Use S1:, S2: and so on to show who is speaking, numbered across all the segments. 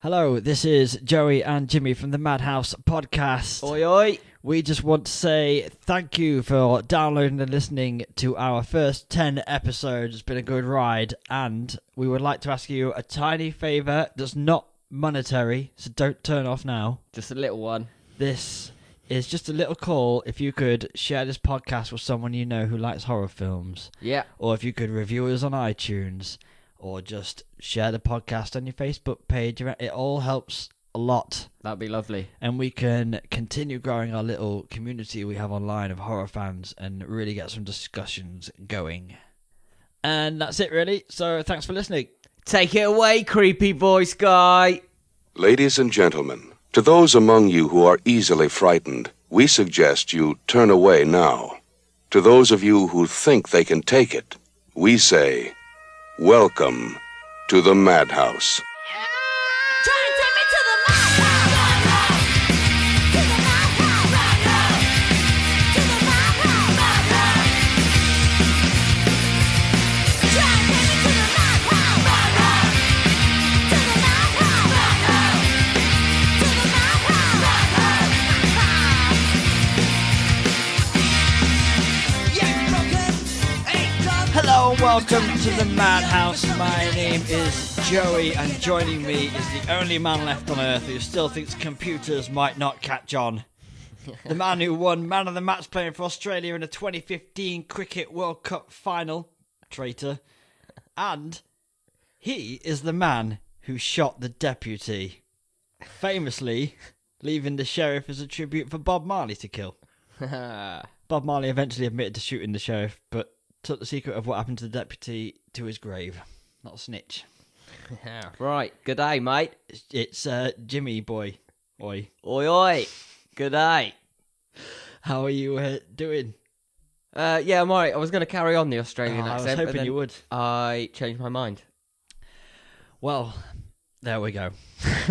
S1: Hello, this is Joey and Jimmy from the Madhouse podcast.
S2: Oi, oi.
S1: We just want to say thank you for downloading and listening to our first 10 episodes. It's been a good ride. And we would like to ask you a tiny favour that's not monetary, so don't turn off now.
S2: Just a little one.
S1: This is just a little call if you could share this podcast with someone you know who likes horror films,
S2: Yeah.
S1: or if you could review us on iTunes, or just share the podcast on your Facebook page. It all helps a lot
S2: That'd be lovely.
S1: and we can continue growing our little community we have online of horror fans and really get some discussions going. And that's it, really. So thanks for listening.
S2: Take it away, creepy voice guy.
S3: Ladies and gentlemen, to those among you who are easily frightened, we suggest you turn away now. To those of you who think they can take it, we say, Welcome to the Madhouse.
S4: Try and take me to the madhouse. To the madhouse. To the madhouse. Try and take me to the madhouse. To the madhouse. To the madhouse.
S1: Hello and welcome to the Madhouse. My name is Joey, and joining me is the only man left on Earth who still thinks computers might not catch on. The man who won Man of the Match playing for Australia in the 2015 Cricket World Cup final, traitor, and he is the man who shot the deputy, famously leaving the sheriff as a tribute for Bob Marley to kill. Bob Marley eventually admitted to shooting the sheriff, but took the secret of what happened to the deputy to his grave. Not a snitch.
S2: right. Good day, mate.
S1: It's, it's uh, Jimmy boy. Oi,
S2: Oi, oi. Good day.
S1: how are you uh, doing?
S2: Uh, yeah, I'm alright. I was going to carry on the Australian
S1: Oh, I was
S2: accent. but
S1: hoping
S2: then
S1: you would.
S2: I changed my mind.
S1: Well, there we go.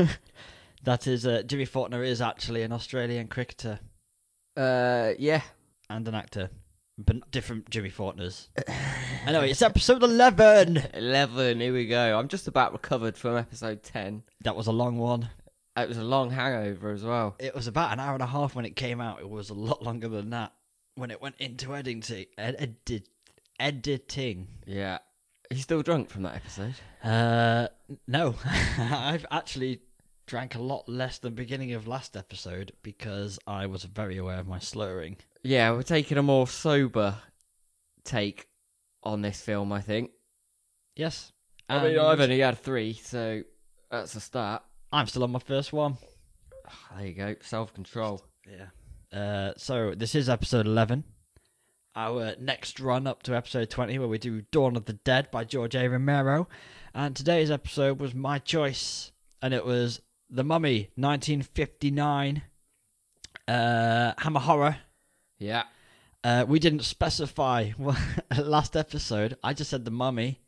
S1: that is uh, Jimmy Faulkner is actually an Australian cricketer
S2: Uh, yeah.
S1: and an actor, but different Jimmy Faulkners. anyway, it's episode eleven.
S2: 11. Here we go. I'm just about recovered from episode 10.
S1: That was a long one.
S2: It was a long hangover as well.
S1: It was about an hour and a half when it came out. It was a lot longer than that when it went into editing. Ed- edit- editing.
S2: Yeah. He's still drunk from that episode.
S1: Uh, no, I've actually drank a lot less than beginning of last episode because I was very aware of my slurring.
S2: Yeah, we're taking a more sober take on this film, I think.
S1: Yes,
S2: I mean,
S1: and
S2: I've only had three, so that's a start.
S1: I'm still on my first one.
S2: There you go, self control.
S1: Yeah. Uh, so this is episode eleven. Our next run up to episode twenty, where we do Dawn of the Dead by George A. Romero, and today's episode was my choice, and it was The Mummy, nineteen fifty nine, uh, Hammer Horror.
S2: Yeah,
S1: Uh, we didn't specify what, last episode. I just said The Mummy.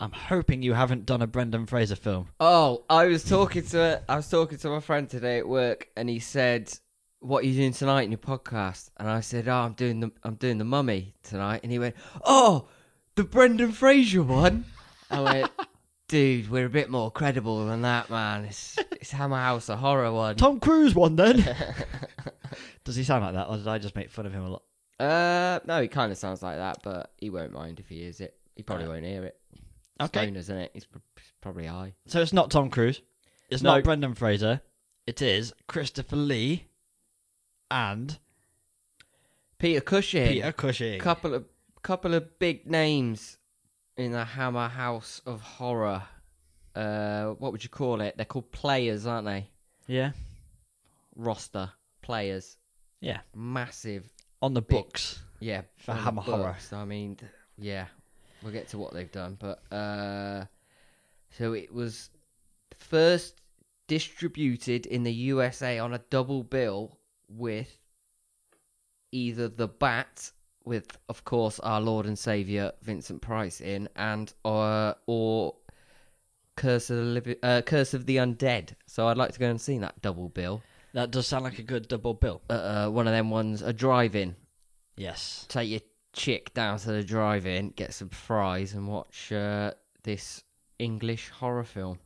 S1: I'm hoping you haven't done a Brendan Fraser film.
S2: Oh, I was talking to I was talking to my friend today at work, and he said, "What are you doing tonight in your podcast?" And I said, "Oh, I'm doing the I'm doing the Mummy tonight." And he went, "Oh, the Brendan Fraser one." I went, "Dude, we're a bit more credible than that, man. It's it's Hammer House, a horror one."
S1: Tom Cruise one then. Does he sound like that, or did I just make fun of him a lot?
S2: Uh, no, he kind of sounds like that, but he won't mind if he hears it. He probably won't hear it.
S1: Okay.
S2: Stone, isn't it? He's pr- probably high.
S1: So it's not Tom Cruise. It's
S2: No.
S1: not Brendan Fraser. It is Christopher Lee and
S2: Peter Cushing.
S1: Peter Cushing.
S2: couple of couple of big names in the Hammer House of Horror. Uh, what would you call it? They're called players, aren't they?
S1: Yeah.
S2: Roster players,
S1: Yeah.
S2: massive.
S1: On the books.
S2: Yeah,
S1: For
S2: on the
S1: Hammer Horror.
S2: books. I mean, th- yeah, we'll get to what they've done, but uh, so it was first distributed in the USA on a double bill with either the Bat, with of course our Lord and Savior Vincent Price in, and uh, or Curse of the Liv- uh, Curse of the Undead. So I'd like to go and see that double bill.
S1: That does sound like a good double bill.
S2: Uh, uh, one of them ones, a drive-in
S1: Yes.
S2: take your chick down to the drive-in, get some fries, and watch uh, this English horror film.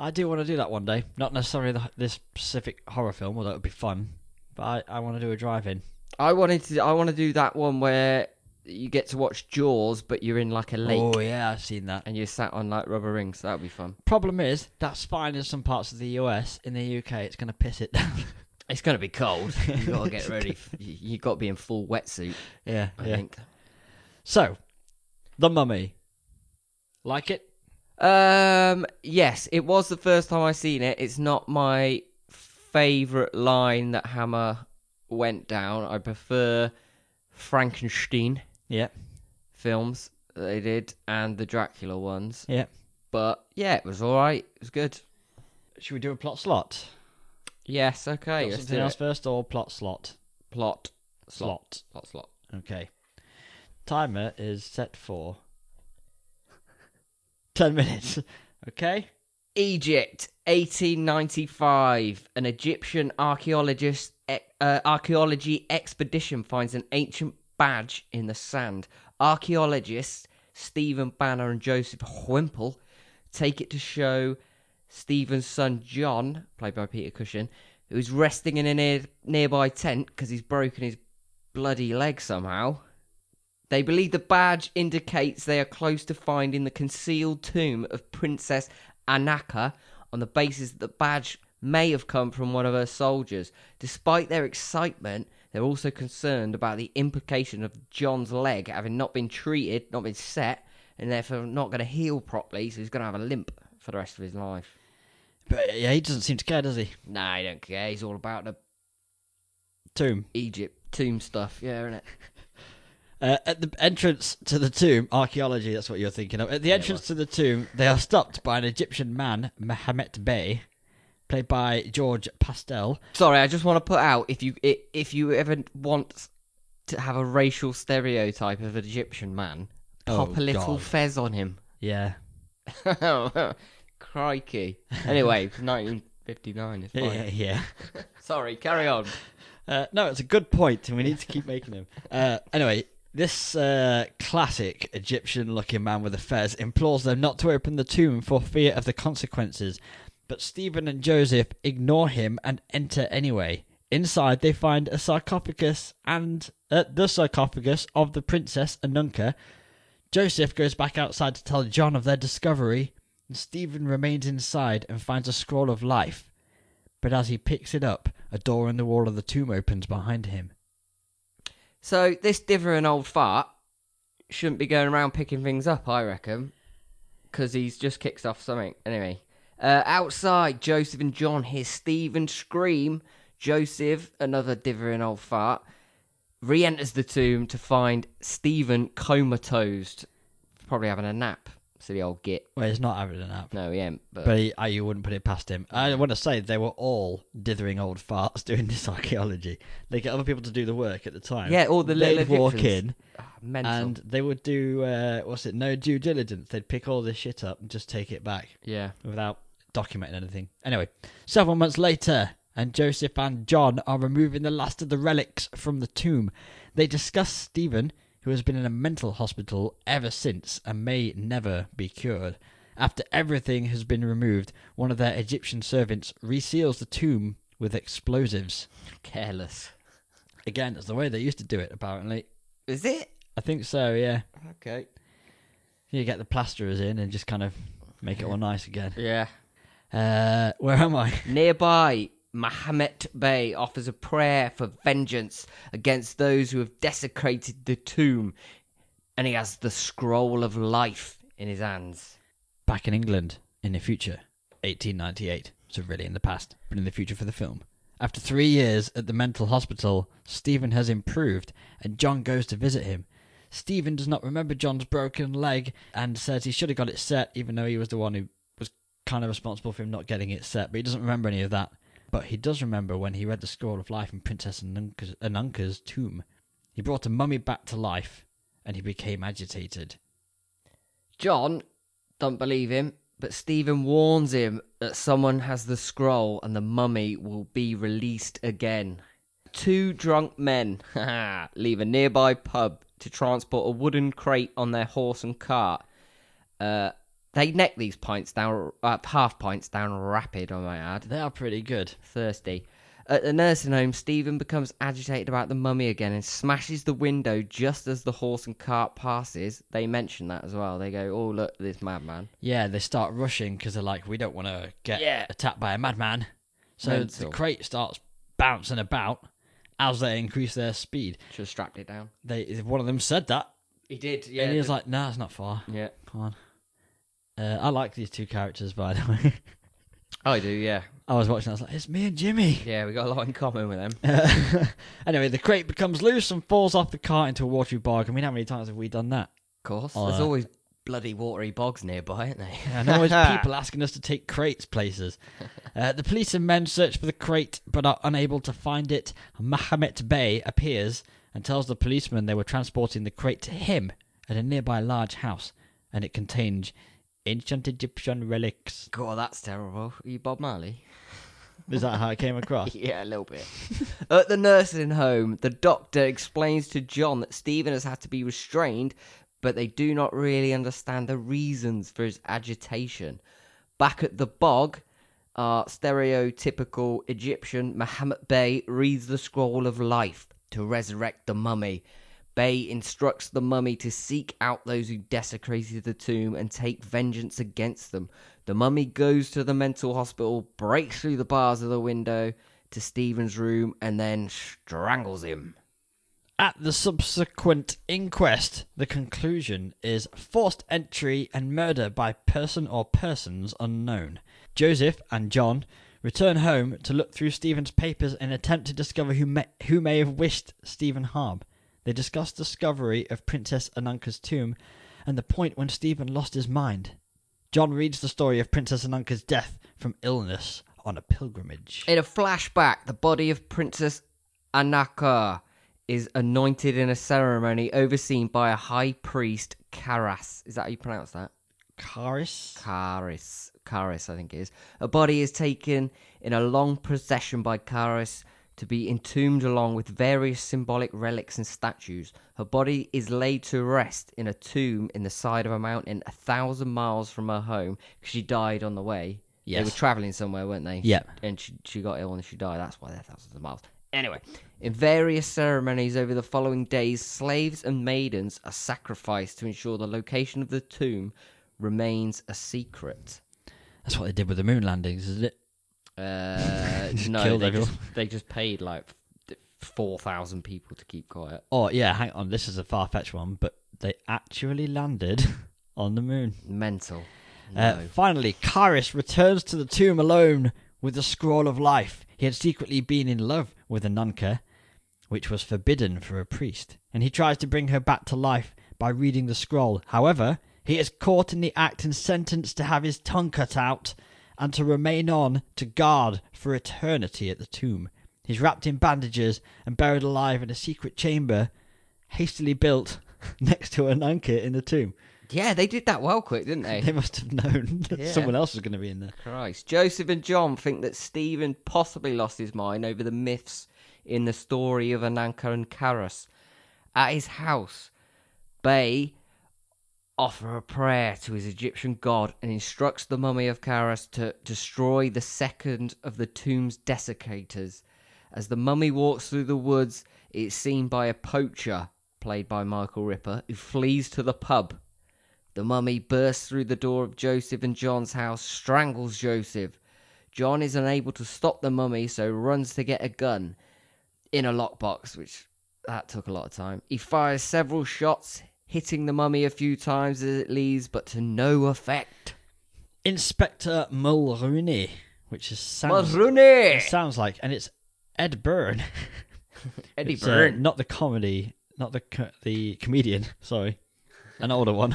S1: I do want to do that one day. Not necessarily the, this specific horror film, although it would be fun. But I, I want to do a drive-in.
S2: I wanted to. I want to do that one where you get to watch Jaws, but you're in like a lake
S1: Oh yeah, I've seen that.
S2: and you're sat on like rubber rings. That'd be fun.
S1: Problem is, that's fine in some parts of the US. In the UK, it's going to piss it down.
S2: It's gonna be cold. You gotta get ready. f- you you gotta be in full wetsuit.
S1: yeah,
S2: I
S1: yeah.
S2: think.
S1: So, The Mummy. Like it?
S2: Um. Yes, it was the first time I seen it. It's not my favorite line that Hammer went down. I prefer Frankenstein
S1: Yeah,
S2: films that they did and the Dracula ones.
S1: yeah.
S2: But yeah, it was all right. It was good.
S1: Should we do a plot slot?
S2: Yes. Okay.
S1: Got
S2: Let's do
S1: something else
S2: it.
S1: first or plot slot?
S2: Plot.
S1: Slot.
S2: Plot. Slot.
S1: Okay. Timer is set for 10 minutes. Okay?
S2: Egypt, 1895. An Egyptian archaeologist e- uh, archaeology expedition finds an ancient badge in the sand. Archaeologists Stephen Banner and Joseph Whimple take it to show Stephen's son John, played by Peter Cushing, who's resting in a near- nearby tent because he's broken his bloody leg somehow. They believe the badge indicates they are close to finding the concealed tomb of Princess Anaka on the basis that the badge may have come from one of her soldiers. Despite their excitement, they're also concerned about the implication of John's leg having not been treated, not been set, and therefore not going to heal properly, so he's going to have a limp for the rest of his life.
S1: But uh, yeah, he doesn't seem to care, does he?
S2: Nah, I don't care. He's all about the
S1: Tomb.
S2: Egypt tomb stuff, yeah, isn't it?
S1: Uh, at the entrance to the tomb, archaeology, that's what you're thinking of. At the entrance to the tomb, they are stopped by an Egyptian man, Mehmet Bey, played by George Pastel.
S2: Sorry, I just want to put out if you i- if you ever want to have a racial stereotype of an Egyptian man, pop
S1: Oh,
S2: a little
S1: God.
S2: fez on him.
S1: Yeah.
S2: Crikey. Anyway, 1959 is fine.
S1: Oh, Yeah, Uh, yeah.
S2: Sorry, carry on.
S1: Uh, no, it's a good point, and we need to keep making them. Uh, anyway, this uh, classic Egyptian looking man with a fez implores them not to open the tomb for fear of the consequences, but Stephen and Joseph ignore him and enter anyway. Inside, they find a sarcophagus and uh, the sarcophagus of the princess Anunka. Joseph goes back outside to tell John of their discovery, and Stephen remains inside and finds a scroll of life but as he picks it up, a door in the wall of the tomb opens behind him.
S2: So this different old fart shouldn't be going around picking things up, I reckon, because he's just kicked off something. Anyway, uh, outside, Joseph and John hear Stephen scream. Joseph, another different old fart, re-enters the tomb to find Stephen comatose, probably having a nap. Silly old git.
S1: Well, he's not having a nap,
S2: No, he ain't. But,
S1: but he, I, you wouldn't put it past him. I want to say they were all dithering old farts doing this archaeology. They get other people to do the work at the time.
S2: yeah, all the
S1: They'd
S2: little
S1: walk
S2: Egyptians.
S1: in
S2: Ah, mental.
S1: and they would do uh, what's it? No due diligence. They'd pick all this shit up and just take it back
S2: yeah.
S1: without documenting anything. Anyway, several months later, and Joseph and John are removing the last of the relics from the tomb. They discuss Stephen, who has been in a mental hospital ever since and may never be cured. After everything has been removed, one of their Egyptian servants reseals the tomb with explosives.
S2: Careless.
S1: Again, it's the way they used to do it, apparently.
S2: Is it?
S1: I think so, yeah.
S2: Okay.
S1: You get the plasterers in and just kind of make it all nice again.
S2: Yeah.
S1: Uh, where am I?
S2: Nearby, Mahomet Bey offers a prayer for vengeance against those who have desecrated the tomb, and he has the scroll of life in his hands.
S1: back in England in the future, 1898. So really in the past, but in the future for the film. After three years at the mental hospital, Stephen has improved, and John goes to visit him. Stephen does not remember John's broken leg and says he should have got it set, even though he was the one who was kind of responsible for him not getting it set. But he doesn't remember any of that. But he does remember when he read the scroll of life in Princess Anunka's, Anunka's tomb. He brought a mummy back to life, and he became agitated.
S2: John don't believe him, but Stephen warns him that someone has the scroll and the mummy will be released again. Two drunk men leave a nearby pub to transport a wooden crate on their horse and cart. Uh, They neck these pints down, uh, half pints down rapid, I might add.
S1: They are pretty good.
S2: Thirsty. At the nursing home, Stephen becomes agitated about the mummy again and smashes the window just as the horse and cart passes. They mention that as well. They go, "Oh look, this madman."
S1: Yeah, they start rushing because they're like, we don't want to get
S2: Yeah.
S1: attacked by a madman. So
S2: Mental.
S1: the crate starts bouncing about as they increase their speed.
S2: Should have strapped it down.
S1: They one of them said that,
S2: He did. Yeah.
S1: and he was like, "Nah, it's not far.
S2: "Yeah,
S1: Come on." Uh, I like these two characters, by the way.
S2: I do. Yeah,
S1: I was watching. I was like, "It's me and Jimmy."
S2: yeah. We got a lot in common with them."
S1: Uh, anyway, the crate becomes loose and falls off the cart into a watery bog. I mean, how many times have we done that?
S2: Of course.
S1: Oh,
S2: There's
S1: uh,
S2: always bloody watery bogs nearby, aren't they?
S1: And always people asking us to take crates places. Uh, the police and men search for the crate but are unable to find it. Mahomet Bey appears and tells the policeman they were transporting the crate to him at a nearby large house and it contained ancient Egyptian relics.
S2: God, that's terrible. Are you Bob Marley?
S1: Is that how it came across?
S2: Yeah, a little bit. At the nursing home, the doctor explains to John that Stephen has had to be restrained, but they do not really understand the reasons for his agitation. Back at the bog, our stereotypical Egyptian Mohammed Bey reads the scroll of life to resurrect the mummy. Bey instructs the mummy to seek out those who desecrated the tomb and take vengeance against them. The mummy goes to the mental hospital, breaks through the bars of the window to Stephen's room, and then strangles him.
S1: At the subsequent inquest, the conclusion is forced entry and murder by person or persons unknown. Joseph and John return home to look through Stephen's papers and attempt to discover who may, who may have wished Stephen harm. They discuss discovery of Princess Ananka's tomb and the point when Stephen lost his mind. John reads the story of Princess Ananka's death from illness on a pilgrimage.
S2: In a flashback, the body of Princess Anaka is anointed in a ceremony overseen by a high priest, Karas. Is that how you pronounce that?
S1: Karis?
S2: Karis. Karis, I think it is. A body is taken in a long procession by Karis to be entombed along with various symbolic relics and statues. Her body is laid to rest in a tomb in the side of a mountain a thousand miles from her home 'cause she died on the way. They
S1: Yes.
S2: were travelling somewhere, weren't they?
S1: Yeah.
S2: and she, she got ill and she died. That's why they're thousands of miles. Anyway, in various ceremonies over the following days, slaves and maidens are sacrificed to ensure the location of the tomb remains a secret.
S1: That's what they did with the moon landings, isn't it?
S2: Uh,
S1: Just
S2: no,
S1: killed
S2: they
S1: everyone.
S2: just, they just paid like four thousand people to keep quiet.
S1: Oh yeah, hang on. This is a far fetched one, but they actually landed on the moon.
S2: Mental.
S1: Uh, finally, Kairos returns to the tomb alone with the scroll of life. He had secretly been in love with Ananka, which was forbidden for a priest, and he tries to bring her back to life by reading the scroll. However, he is caught in the act and sentenced to have his tongue cut out and to remain on to guard for eternity at the tomb. He's wrapped in bandages and buried alive in a secret chamber hastily built next to Ananka in the tomb.
S2: Yeah, they did that well quick, didn't they?
S1: They must have known that
S2: Yeah.
S1: someone else was going to be in there.
S2: Christ. Joseph and John think that Stephen possibly lost his mind over the myths in the story of Ananka and Karas. At his house, Bay offer a prayer to his Egyptian god and instructs the mummy of Karas to destroy the second of the tomb's desecrators. As the mummy walks through the woods, it is seen by a poacher, played by Michael Ripper, who flees to the pub. The mummy bursts through the door of Joseph and John's house, strangles Joseph. John is unable to stop the mummy, so runs to get a gun in a lockbox, which that took a lot of time. He fires several shots, hitting the mummy a few times as it leaves, but to no effect.
S1: Inspector Mulrooney, which is sounds,
S2: Mulrooney!
S1: it sounds like, and it's Ed Byrne.
S2: Eddie
S1: It's, uh,
S2: Byrne.
S1: not the comedy, not the co- the comedian. Sorry, an older one.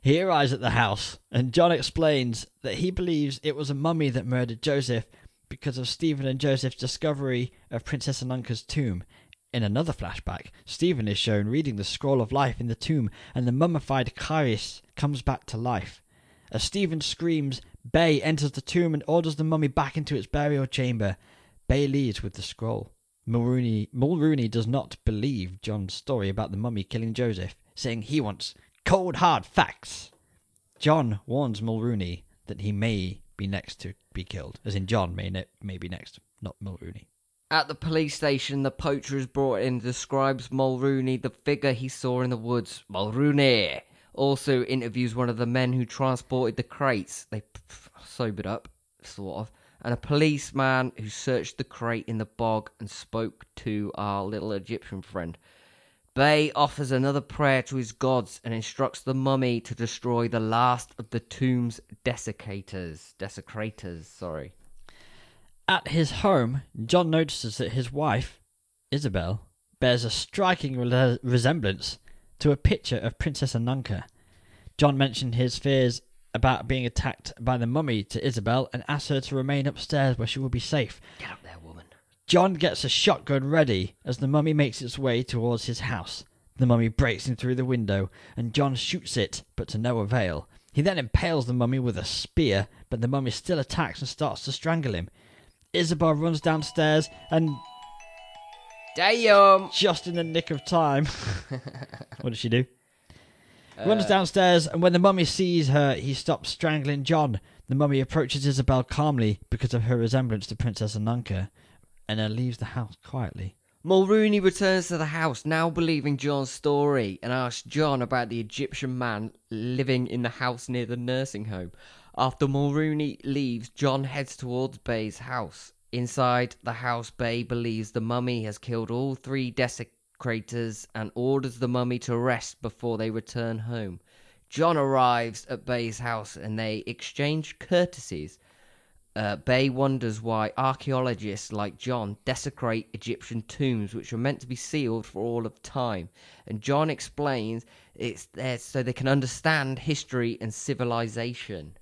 S1: he arrives at the house, and John explains that he believes it was a mummy that murdered Joseph because of Stephen and Joseph's discovery of Princess Ananka's tomb. In another flashback, Stephen is shown reading the scroll of life in the tomb, and the mummified Kairos comes back to life. As Stephen screams, Bay enters the tomb and orders the mummy back into its burial chamber. Bay leaves with the scroll. Mulrooney, Mulrooney does not believe John's story about the mummy killing Joseph, saying he wants cold hard facts. John warns Mulrooney that he may be next to be killed, as in John may, ne- may be next, not Mulrooney.
S2: At the police station, the poacher is brought in and describes Mulrooney, the figure he saw in the woods. Mulrooney also interviews one of the men who transported the crates. They p- p- sobered up, sort of, and a policeman who searched the crate in the bog and spoke to our little Egyptian friend. Bay offers another prayer to his gods and instructs the mummy to destroy the last of the tomb's desiccators. Desecrators, sorry.
S1: At his home, John notices that his wife, Isabel, bears a striking rele- resemblance to a picture of Princess Ananka. John mentioned his fears about being attacked by the mummy to Isabel and asks her to remain upstairs where she will be safe.
S2: Get up there, woman.
S1: John gets a shotgun ready as the mummy makes its way towards his house. The mummy breaks in through the window, and John shoots it, but to no avail. He then impales the mummy with a spear, but the mummy still attacks and starts to strangle him. Isabel runs downstairs, and
S2: Damn!
S1: just in the nick of time. what does she do? Runs downstairs, and when the mummy sees her, he stops strangling John. The mummy approaches Isabel calmly because of her resemblance to Princess Ananka, and then leaves the house quietly.
S2: Mulrooney returns to the house, now believing John's story, and asks John about the Egyptian man living in the house near the nursing home. After Mulrooney leaves, John heads towards Bay's house. Inside the house, Bay believes the mummy has killed all three desecrators and orders the mummy to rest before they return home. John arrives at Bay's house and they exchange courtesies. Uh, Bay wonders why archaeologists like John desecrate Egyptian tombs, which are meant to be sealed for all of time. And John explains it's there so they can understand history and civilization.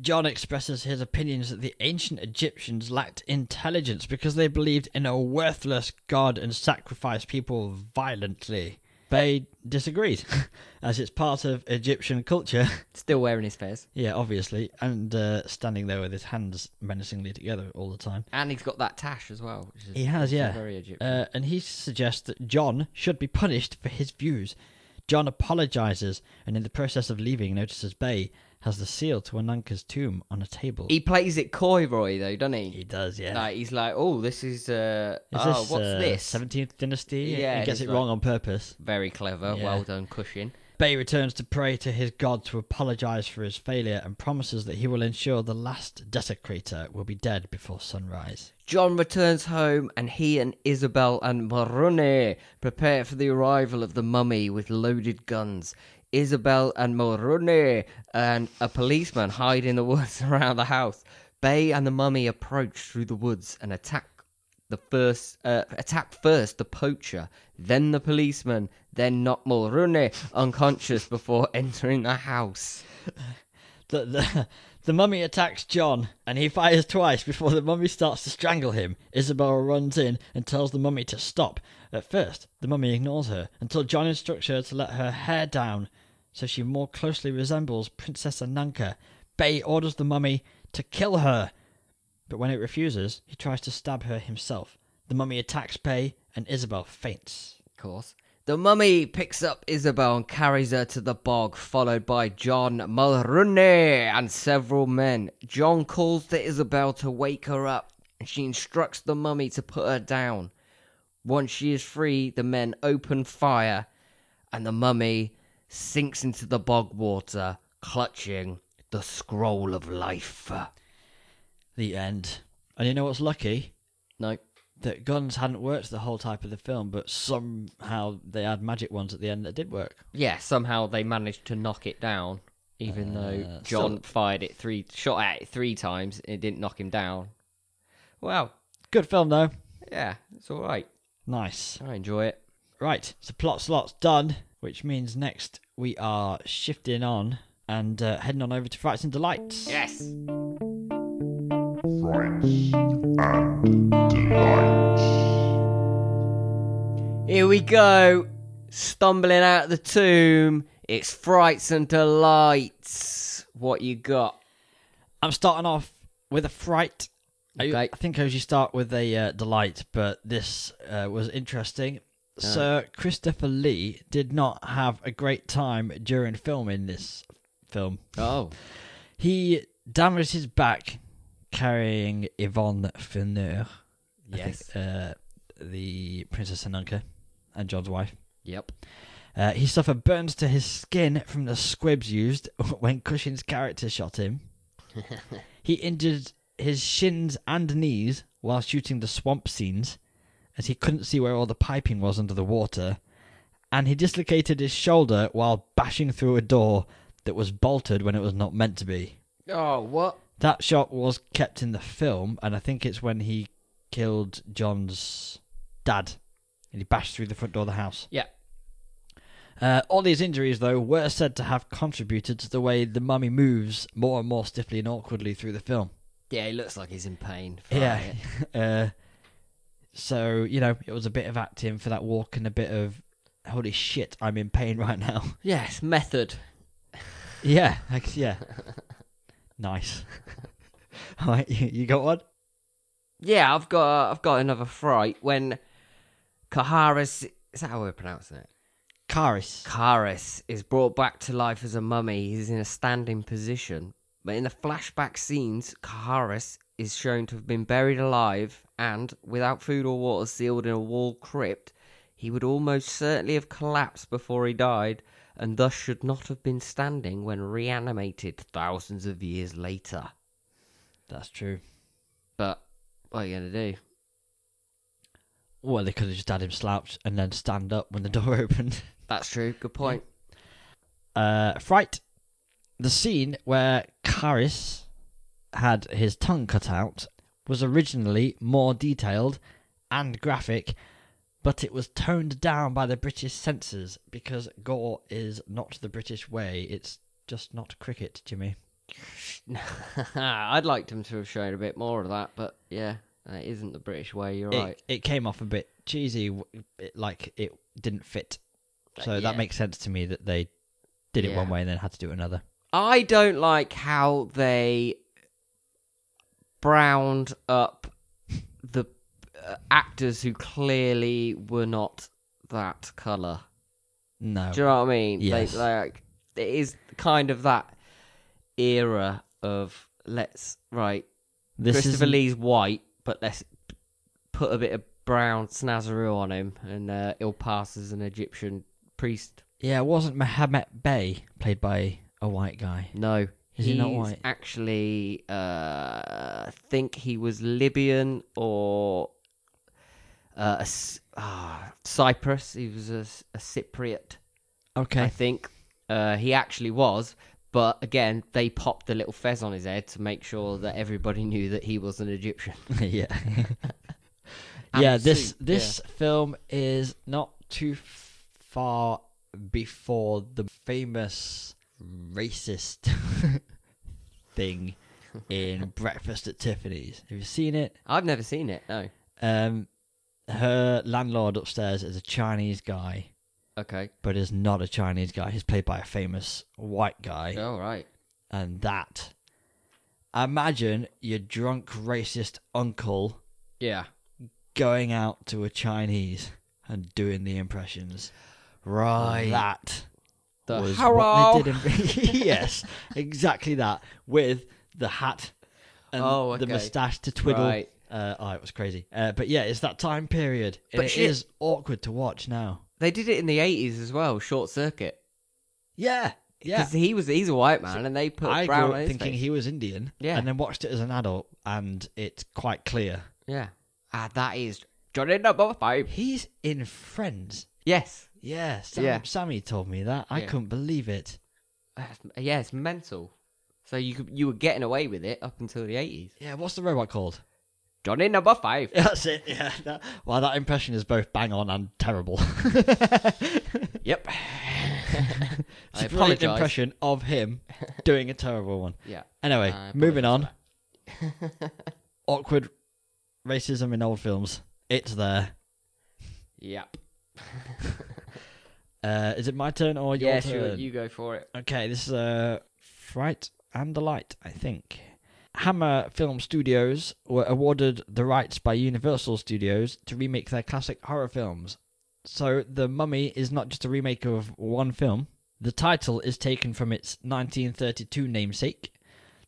S1: John expresses his opinions that the ancient Egyptians lacked intelligence because they believed in a worthless god and sacrificed people violently. Bay disagrees, as it's part of Egyptian culture.
S2: Still wearing his fez,
S1: yeah, obviously, and uh, standing there with his hands menacingly together all the time.
S2: and he's got that tash as well. Which is,
S1: He has,
S2: which is
S1: yeah.
S2: very Egyptian.
S1: Uh, and he suggests that John should be punished for his views. John apologizes, and in the process of leaving, notices Bay has the seal to Ananka's tomb on a table.
S2: he plays it coy, Roy, though, doesn't he?
S1: He does, yeah.
S2: Like he's like, oh, this is. Uh,
S1: Is
S2: oh,
S1: this,
S2: what's
S1: uh,
S2: this?
S1: 17th Dynasty?
S2: Yeah,
S1: He gets
S2: he's
S1: it
S2: like-
S1: wrong on purpose.
S2: Very clever.
S1: Yeah.
S2: Well done, Cushing.
S1: Bay returns to pray to his god to apologize for his failure and promises that he will ensure the last desecrator will be dead before sunrise.
S2: John returns home and he and Isabel and Moroni prepare for the arrival of the mummy with loaded guns. Isabel and Moroni and a policeman hide in the woods around the house. Bay and the mummy approach through the woods and attack the first uh, attack first the poacher, then the policeman, then knock Moroni unconscious before entering the house.
S1: The, the, the mummy attacks John and he fires twice before the mummy starts to strangle him. Isabel runs in and tells the mummy to stop. At first, the mummy ignores her until John instructs her to let her hair down so she more closely resembles Princess Ananka. Bay orders the mummy to kill her, but when it refuses, he tries to stab her himself. The mummy attacks Bay and Isabel faints.
S2: Of course. The mummy picks up Isabel and carries her to the bog, followed by John Mulroney and several men. John calls to Isabel to wake her up, and she instructs the mummy to put her down. Once she is free, the men open fire, and the mummy sinks into the bog water, clutching the scroll of life.
S1: The end. And you know what's lucky?
S2: No,
S1: that guns hadn't worked the whole type of the film, but somehow they had magic ones at the end that did work.
S2: yeah, somehow they managed to knock it down, even though John fired it three, shot at it three times, and it didn't knock him down. Well,
S1: Good film though.
S2: yeah, it's all right.
S1: Nice.
S2: I enjoy it.
S1: Right, so plot slot's done, which means next we are shifting on and uh, heading on over to Frights and Delights.
S2: Yes. Here we go. Stumbling out of the tomb. It's frights and delights. What you got?
S1: I'm starting off with a fright. I-
S2: Okay.
S1: I think I usually start with a uh, delight, but this uh, was interesting. Sir Christopher Lee did not have a great time during filming this film.
S2: Oh,
S1: He damaged his back carrying Yvonne Feneur,
S2: yes.
S1: I think, uh, the Princess Ananka and John's wife.
S2: Yep.
S1: Uh, he suffered burns to his skin from the squibs used when Cushing's character shot him. he injured his shins and knees while shooting the swamp scenes, as he couldn't see where all the piping was under the water, and he dislocated his shoulder while bashing through a door that was bolted when it was not meant to be.
S2: Oh, what?
S1: That shot was kept in the film, and I think it's when he killed John's dad, and he bashed through the front door of the house.
S2: Yeah.
S1: Uh, all these injuries, though, were said to have contributed to the way the mummy moves more and more stiffly and awkwardly through the film.
S2: Yeah, he looks like he's in pain. from
S1: Yeah.
S2: it.
S1: uh, so, you know, it was a bit of acting for that walk and a bit of, holy shit, I'm in pain right now.
S2: Yes, method.
S1: yeah. like, yeah. nice. all right, you, you got one?
S2: Yeah, I've got I've got another fright when Kaharis is that how we're pronouncing it?
S1: Karis.
S2: Karis is brought back to life as a mummy. He's in a standing position, but in the flashback scenes, Kaharis is shown to have been buried alive and without food or water, sealed in a wall crypt. He would almost certainly have collapsed before he died, and thus should not have been standing when reanimated thousands of years later.
S1: That's true.
S2: But what are you gonna do?
S1: Well, they could have just had him slouched and then stand up when the door opened.
S2: That's true. Good point.
S1: uh, Fright. The scene where Karis had his tongue cut out was originally more detailed and graphic, but it was toned down by the British censors because gore is not the British way. It's just not cricket, Jimmy.
S2: I'd liked him to have shown a bit more of that, but yeah, that isn't the British way. You're right.
S1: It, it came off a bit cheesy, w- it, like it didn't fit. So
S2: Uh, yeah.
S1: that makes sense to me that they did it
S2: Yeah.
S1: one way and then had to do it another.
S2: I don't like how they browned up the uh, actors who clearly were not that colour.
S1: No.
S2: Do you know what I mean? They-
S1: Yes.
S2: like it is kind of that era of let's right.
S1: this
S2: Christopher
S1: is
S2: Lee's white, but let's p- put a bit of brown snazaroo on him, and uh, he'll pass as an Egyptian priest.
S1: Yeah, it wasn't Mohammed Bey played by a white guy.
S2: No,
S1: Is he
S2: he's
S1: not white?
S2: actually uh, I think he was Libyan or uh, a S- ah, Cyprus. He was a, S- a Cypriot, I
S1: Okay.
S2: think. Uh, he actually was. But again, they popped the little fez on his head to make sure that everybody knew that he was an Egyptian.
S1: yeah.
S2: And
S1: yeah,
S2: the
S1: this
S2: suit,
S1: this film is not too f- far before the famous racist thing in Breakfast at Tiffany's. Have you seen it?
S2: I've never seen it. No.
S1: Um her landlord upstairs is a Chinese guy,
S2: Okay.
S1: but is not a Chinese guy. He's played by a famous white guy.
S2: All right.
S1: and that. Imagine your drunk racist uncle
S2: Yeah.
S1: going out to a Chinese and doing the impressions.
S2: Right.
S1: That
S2: The
S1: was
S2: hello.
S1: what they did. In- yes, exactly that with the hat and
S2: Oh,
S1: the
S2: okay.
S1: moustache to twiddle.
S2: Right.
S1: Uh, oh, it was crazy. Uh, but yeah, it's that time period, and
S2: But
S1: it is
S2: shit.
S1: awkward to watch now.
S2: They did it in the eighties as well. Short circuit.
S1: Yeah, yeah.
S2: Because he was he's a white man, and they put
S1: I grew
S2: brown
S1: up
S2: on his
S1: thinking
S2: face.
S1: he was Indian,
S2: Yeah.
S1: and then watched it as an adult, and it's quite clear
S2: Yeah. Ah, that is Johnny number five.
S1: He's in Friends.
S2: Yes.
S1: Yeah, Sam,
S2: Yeah.
S1: Sammy told me that. I
S2: Yeah.
S1: couldn't believe it.
S2: That's, yeah, it's mental. So you could, you were getting away with it up until the eighties.
S1: Yeah, what's the robot called?
S2: Johnny number five.
S1: That's it. Yeah. That, well, that impression is both bang on and terrible.
S2: yep.
S1: It's a
S2: apologise.
S1: brilliant impression of him doing a terrible one.
S2: Yeah.
S1: Anyway,
S2: I
S1: moving on. Awkward racism in old films. It's there.
S2: Yep.
S1: Uh, is it my turn or your
S2: Yeah,
S1: turn?
S2: sure. You go for it.
S1: Okay, this is uh, Fright and Delight, I think. Hammer Film Studios were awarded the rights by Universal Studios to remake their classic horror films. So The Mummy is not just a remake of one film, The title is taken from its 1932 namesake.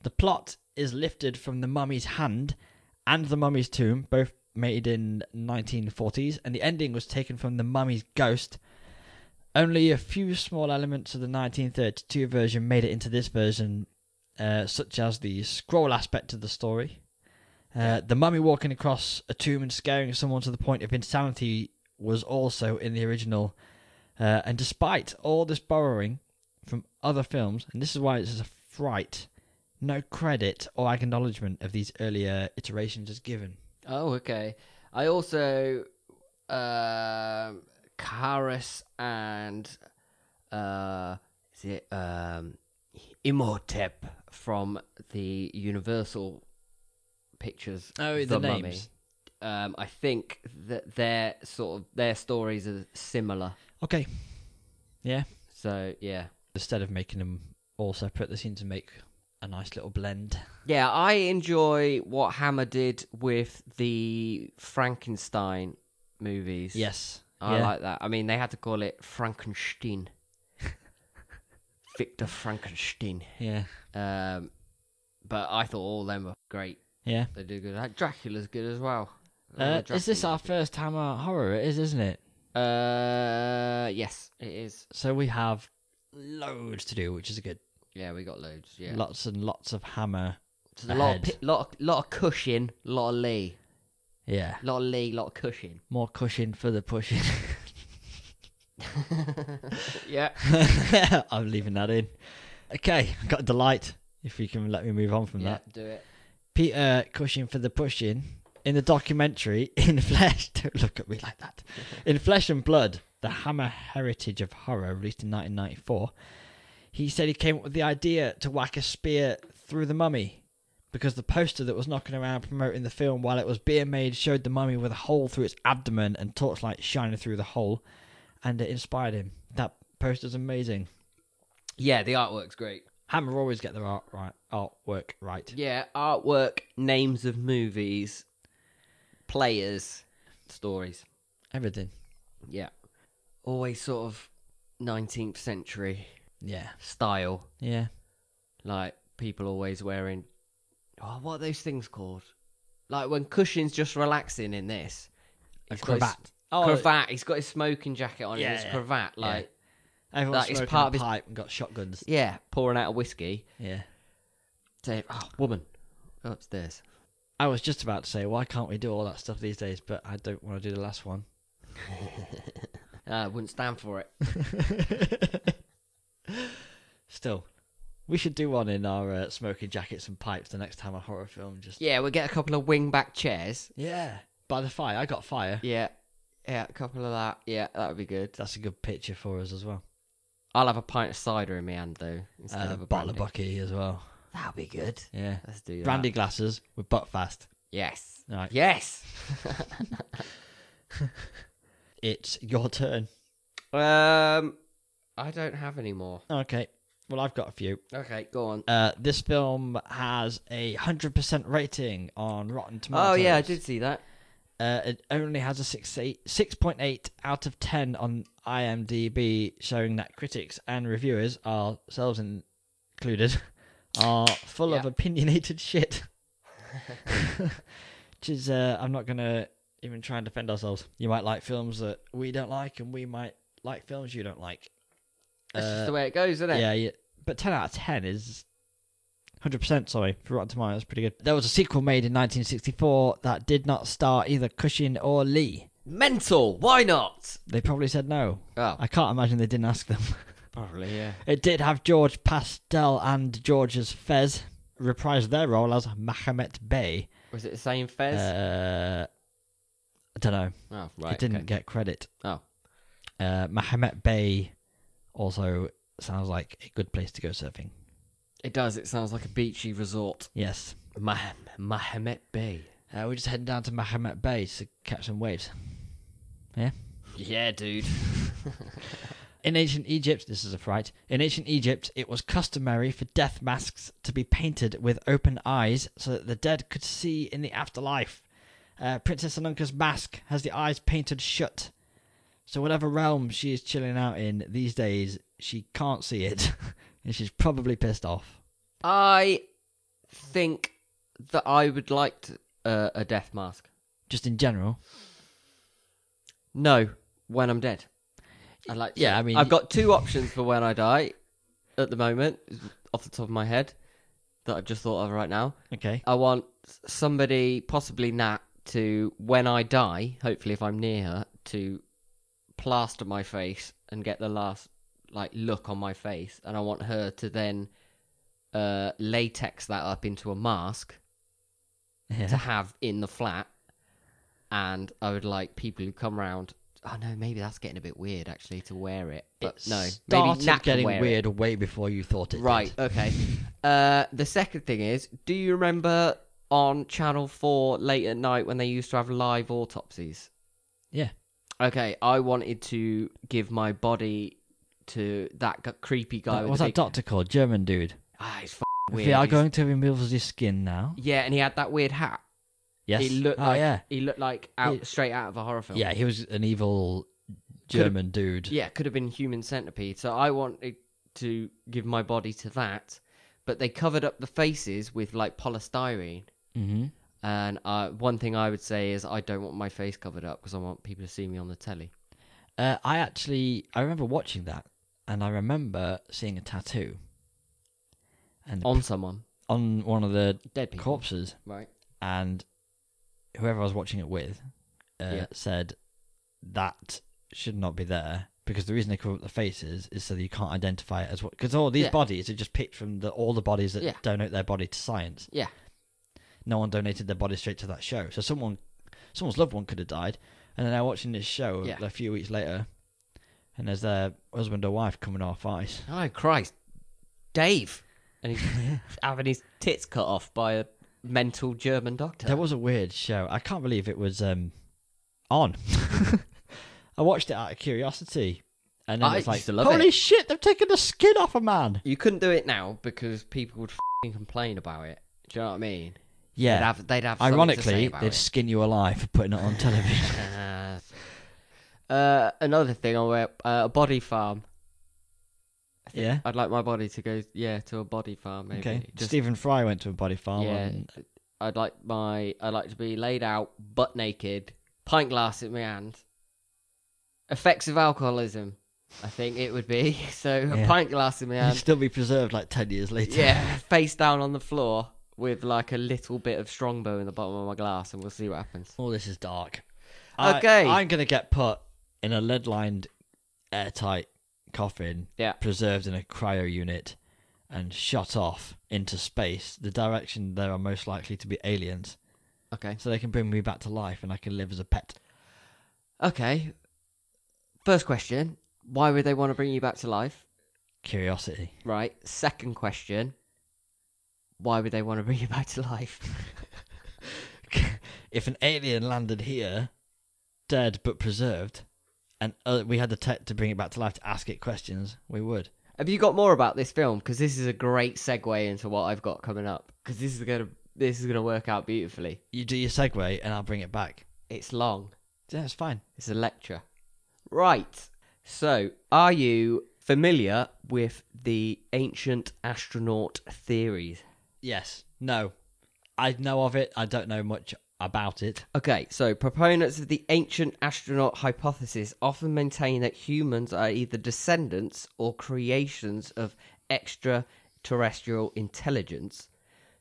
S1: The plot is lifted from The Mummy's Hand and The Mummy's Tomb, both made in 1940s, and the ending was taken from The Mummy's Ghost. Only a few small elements of the 1932 version made it into this version, uh, such as the scroll aspect of the story. Uh, the mummy walking across a tomb and scaring someone to the point of insanity was also in the original. Uh, and despite all this borrowing from other films, and this is why it's a fright, no credit or acknowledgement of these earlier iterations is given.
S2: Oh, okay. I also um Karis and uh is it um Imhotep from the Universal Pictures.
S1: Oh, the
S2: Mummy.
S1: names.
S2: Um, I think that their sort of their stories are similar.
S1: Okay. Yeah.
S2: So yeah,
S1: Instead of making them all separate, they seem to make a nice little blend.
S2: yeah. I enjoy what Hammer did with the Frankenstein movies.
S1: Yes.
S2: I
S1: yeah.
S2: like that. I mean, they had to call it Frankenstein. Victor Frankenstein.
S1: Yeah.
S2: Um, but I thought all them were great.
S1: Yeah.
S2: They do good. Like, Dracula's good as well.
S1: Uh,
S2: Dracula.
S1: is this our first time at horror? It is, isn't it?
S2: Uh, yes, it is.
S1: So we have loads to do, which is good.
S2: Yeah, we got loads. Yeah,
S1: Lots and lots of hammer.
S2: There's a lot, of,
S1: ahead.
S2: pi- lot, of, lot of Cushing, lot of Lee,
S1: Yeah.
S2: lot of Lee, lot of Cushing.
S1: More cushion for the pushing.
S2: yeah.
S1: I'm leaving that in. Okay, I've got delight. If you can let me move on from
S2: Yeah,
S1: that.
S2: do it.
S1: Peter Cushing for the pushing in the documentary in flesh. Don't look at me like that. In flesh and blood, the Hammer Heritage of Horror, released in 1994. He said he came up with the idea to whack a spear through the mummy because the poster that was knocking around promoting the film while it was being made showed the mummy with a hole through its abdomen and torchlight shining through the hole, and it inspired him. That poster's amazing.
S2: Yeah, the artwork's great.
S1: Hammer always get their art right, artwork right.
S2: Yeah, artwork, names of movies, players, stories.
S1: Everything.
S2: Yeah. Always sort of 19th century
S1: Yeah.
S2: style.
S1: Yeah.
S2: Like people always wearing. Oh, what are those things called? Like when Cushing's just relaxing in this.
S1: A
S2: he's got his-
S1: cravat. Oh,
S2: cravat. He's got his smoking jacket on
S1: Yeah,
S2: and his
S1: yeah,
S2: cravat.
S1: yeah.
S2: Like,
S1: Everyone's
S2: That is
S1: smoking
S2: part
S1: a
S2: of his-
S1: pipe and got shotguns.
S2: yeah. pouring out a whiskey.
S1: Yeah.
S2: Say, oh, woman, go upstairs.
S1: I was just about to say, why can't we do all that stuff these days? But I don't want to do the last one.
S2: Uh, wouldn't stand for it.
S1: Still, we should do one in our uh, smoking jackets and pipes the next time a horror film. Just
S2: Yeah, we'll get a couple of wing back chairs.
S1: yeah, by the fire. I got fire.
S2: Yeah. Yeah, a couple of that. Yeah, that would be good.
S1: That's a good picture for us as well.
S2: I'll have a pint of cider in my hand though, instead
S1: Uh,
S2: of a
S1: bottle of
S2: brandy.
S1: bucky as well.
S2: That'll be good.
S1: Yeah,
S2: Let's do that.
S1: brandy glasses with butt fast.
S2: Yes.
S1: Right.
S2: Yes.
S1: It's your turn.
S2: um, I don't have any more.
S1: Okay. Well, I've got a few.
S2: Okay, go on.
S1: Uh, this film has a hundred percent rating on Rotten Tomatoes.
S2: Oh yeah, I did see that.
S1: Uh, it only has a six eight six point eight out of ten on IMDb, showing that critics and reviewers, ourselves included, are full of
S2: Yeah.
S1: opinionated shit. Which is, uh, I'm not gonna even try and defend ourselves. You might like films that we don't like, and we might like films you don't like.
S2: That's
S1: Uh,
S2: just the way it goes, isn't it?
S1: yeah, yeah, but 10 out of 10 is 100%, sorry, for Rotten Tomatoes. That's pretty good. There was a sequel made in 1964 that did not star either Cushing or Lee.
S2: Mental. Why not?
S1: They probably said no.
S2: Oh,
S1: I can't imagine they didn't ask them.
S2: probably yeah.
S1: It did have George Pastel and George's Fez reprise their role as Mahomet Bey.
S2: Was it the same Fez?
S1: Uh, I don't know.
S2: oh right.
S1: it didn't
S2: okay.
S1: get credit.
S2: Oh.
S1: Uh, Mahomet Bey also sounds like a good place to go surfing.
S2: It does. It sounds like a beachy resort.
S1: Yes.
S2: Mah- Mahomet Bay.
S1: Uh, we're just heading down to Mahomet Bay to catch some waves.
S2: Yeah, dude.
S1: In ancient Egypt, this is a fright. In ancient Egypt, it was customary for death masks to be painted with open eyes so that the dead could see in the afterlife. Uh, Princess Anunka's mask has the eyes painted shut. So, whatever realm she is chilling out in these days, she can't see it, and she's probably pissed off.
S2: I think that I would like to, uh, a death mask.
S1: Just in general.
S2: No, when I'm dead. I like. to-
S1: Yeah, I mean-
S2: I've got two options for when I die. At the moment, off the top of my head, that I've just thought of right now.
S1: Okay.
S2: I want somebody, possibly Nat, to when I die, hopefully if I'm near her, to plaster my face and get the last like look on my face, and I want her to then uh, latex that up into a mask to Uh,
S1: Yeah.
S2: have in the flat. And I would like people who come round. Oh no, maybe that's getting a bit weird actually to wear it. But
S1: It
S2: no, maybe
S1: started
S2: Nat can
S1: getting
S2: wear it.
S1: weird way before you thought it. did.
S2: Right. Okay. Uh, the second thing is, do you remember on Channel Four late at night when they used to have live autopsies?
S1: Yeah.
S2: Okay, I wanted to give my body to that g- creepy guy.
S1: That-
S2: with
S1: what's
S2: the
S1: that
S2: big...
S1: doctor called? German dude.
S2: Ah, it's f- weird.
S1: We are
S2: He's-
S1: going to remove his skin now.
S2: Yeah, and he had that weird hat.
S1: Yes.
S2: He looked
S1: oh
S2: like
S1: yeah.
S2: he looked like out
S1: He-
S2: straight out of a horror film.
S1: Yeah, he was an evil
S2: Could've-
S1: German dude.
S2: Yeah, could have been human centipede. So I wanted to give my body to that, but they covered up the faces with like polystyrene.
S1: Mm-hmm.
S2: And uh, one thing I would say is I don't want my face covered up because I want people to see me on the telly.
S1: Uh, I actually I remember watching that, and I remember seeing a tattoo. And
S2: On someone.
S1: on one of the
S2: Dead people.
S1: corpses,
S2: Right.
S1: and whoever I was watching it with uh,
S2: Yeah.
S1: said that should not be there because the reason they cover up the faces is so that you can't identify it as what because all these
S2: Yeah.
S1: bodies are just picked from the, all the bodies that
S2: Yeah.
S1: donate their body to science.
S2: Yeah.
S1: No one donated their body straight to that show, so someone, someone's loved one could have died, and then they're watching this show
S2: Yeah.
S1: a few weeks later, and there's their husband or wife coming off ice.
S2: Oh, Christ. Dave. And he's having his tits cut off by a mental German doctor.
S1: There was a weird show. I can't believe it was um, on. I watched it out of curiosity, and then
S2: I
S1: it's like,
S2: used to love
S1: holy
S2: it."
S1: shit, they've taken the skin off a man.
S2: You couldn't do it now because people would fing complain about it. Do you know what I mean?
S1: Yeah.
S2: They'd have, they'd have something to say
S1: Ironically,
S2: about
S1: they'd
S2: it.
S1: skin you alive for putting it on television.
S2: Uh, uh, another thing, I wear uh, a body farm.
S1: yeah.
S2: I'd like my body to go, yeah, to a body farm. Maybe.
S1: Okay.
S2: Just
S1: Stephen Fry went to a body farm.
S2: Yeah,
S1: and-
S2: I'd like my I'd like to be laid out, butt naked, pint glass in my hand. Effects of alcoholism, I think it would be. So
S1: Yeah.
S2: a pint glass in my
S1: He'd
S2: hand.
S1: still be preserved like ten years later.
S2: um, yeah, face down on the floor with like a little bit of strongbow in the bottom of my glass, and we'll see what happens.
S1: All this is dark.
S2: Okay.
S1: I, am gonna get put in a lead-lined, airtight coffin,
S2: Yeah.
S1: preserved in a cryo unit, and shot off into space, the direction there are most likely to be aliens,
S2: Okay.
S1: so they can bring me back to life and I can live as a pet.
S2: Okay. First question: Why would they want to bring you back to life?
S1: Curiosity.
S2: Right. Second question: Why would they want to bring you back to life?
S1: if an alien landed here, dead but preserved, and uh, we had the tech to bring it back to life to ask it questions, we would.
S2: Have you got more about this film? Because this is a great segue into what I've got coming up. Because this is gonna this is gonna work out beautifully.
S1: You do your segue, and I'll bring it back.
S2: It's long.
S1: Yeah, it's fine.
S2: It's a lecture. Right. So, are you familiar with the ancient astronaut theories?
S1: Yes. No. I know of it. I don't know much about it.
S2: Okay, so proponents of the ancient astronaut hypothesis often maintain that humans are either descendants or creations of extraterrestrial intelligence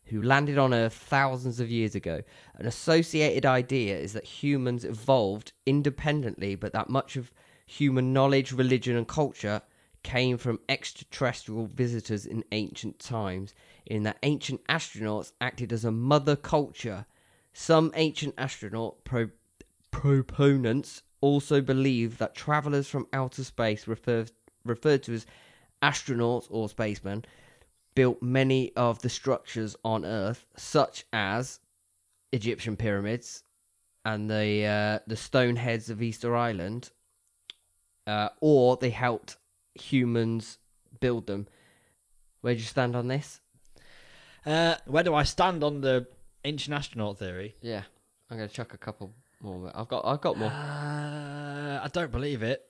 S2: who landed on Earth thousands of years ago. An associated idea is that humans evolved independently, but that much of human knowledge, religion, and culture came from extraterrestrial visitors in ancient times, in that ancient astronauts acted as a mother culture. Some ancient astronaut pro- proponents also believe that travelers from outer space, refer- referred to as astronauts or spacemen, built many of the structures on Earth, such as Egyptian pyramids and the uh, the stone heads of Easter Island, uh, or they helped humans build them. Where do you stand on this?
S1: Uh, where do I stand on the ancient astronaut theory?
S2: Yeah, I'm gonna chuck a couple more. I've got I've got more.
S1: Uh, I don't believe it.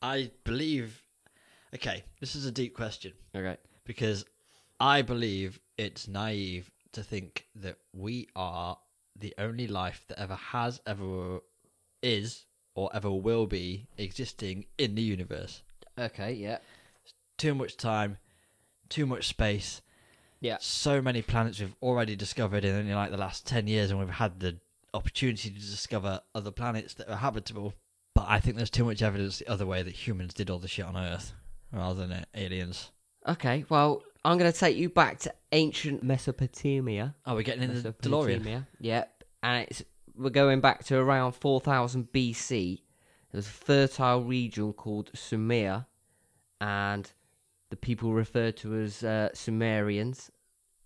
S1: I believe. Okay, this is a deep question
S2: Okay.
S1: because I believe it's naive to think that we are the only life that ever has, ever is, or ever will be existing in the universe.
S2: Okay. Yeah.
S1: Too much time, too much space,
S2: Yeah.
S1: so many planets we've already discovered in only like the last 10 years, and we've had the opportunity to discover other planets that are habitable. But I think there's too much evidence the other way that humans did all the shit on Earth rather than aliens.
S2: Okay. Well, I'm going to take you back to ancient Mesopotamia.
S1: Are we getting in the DeLorean?
S2: Mesopotamia. Yep. And it's we're going back to around 4000 BC. There was a fertile region called Sumer, and the people referred to as uh, Sumerians.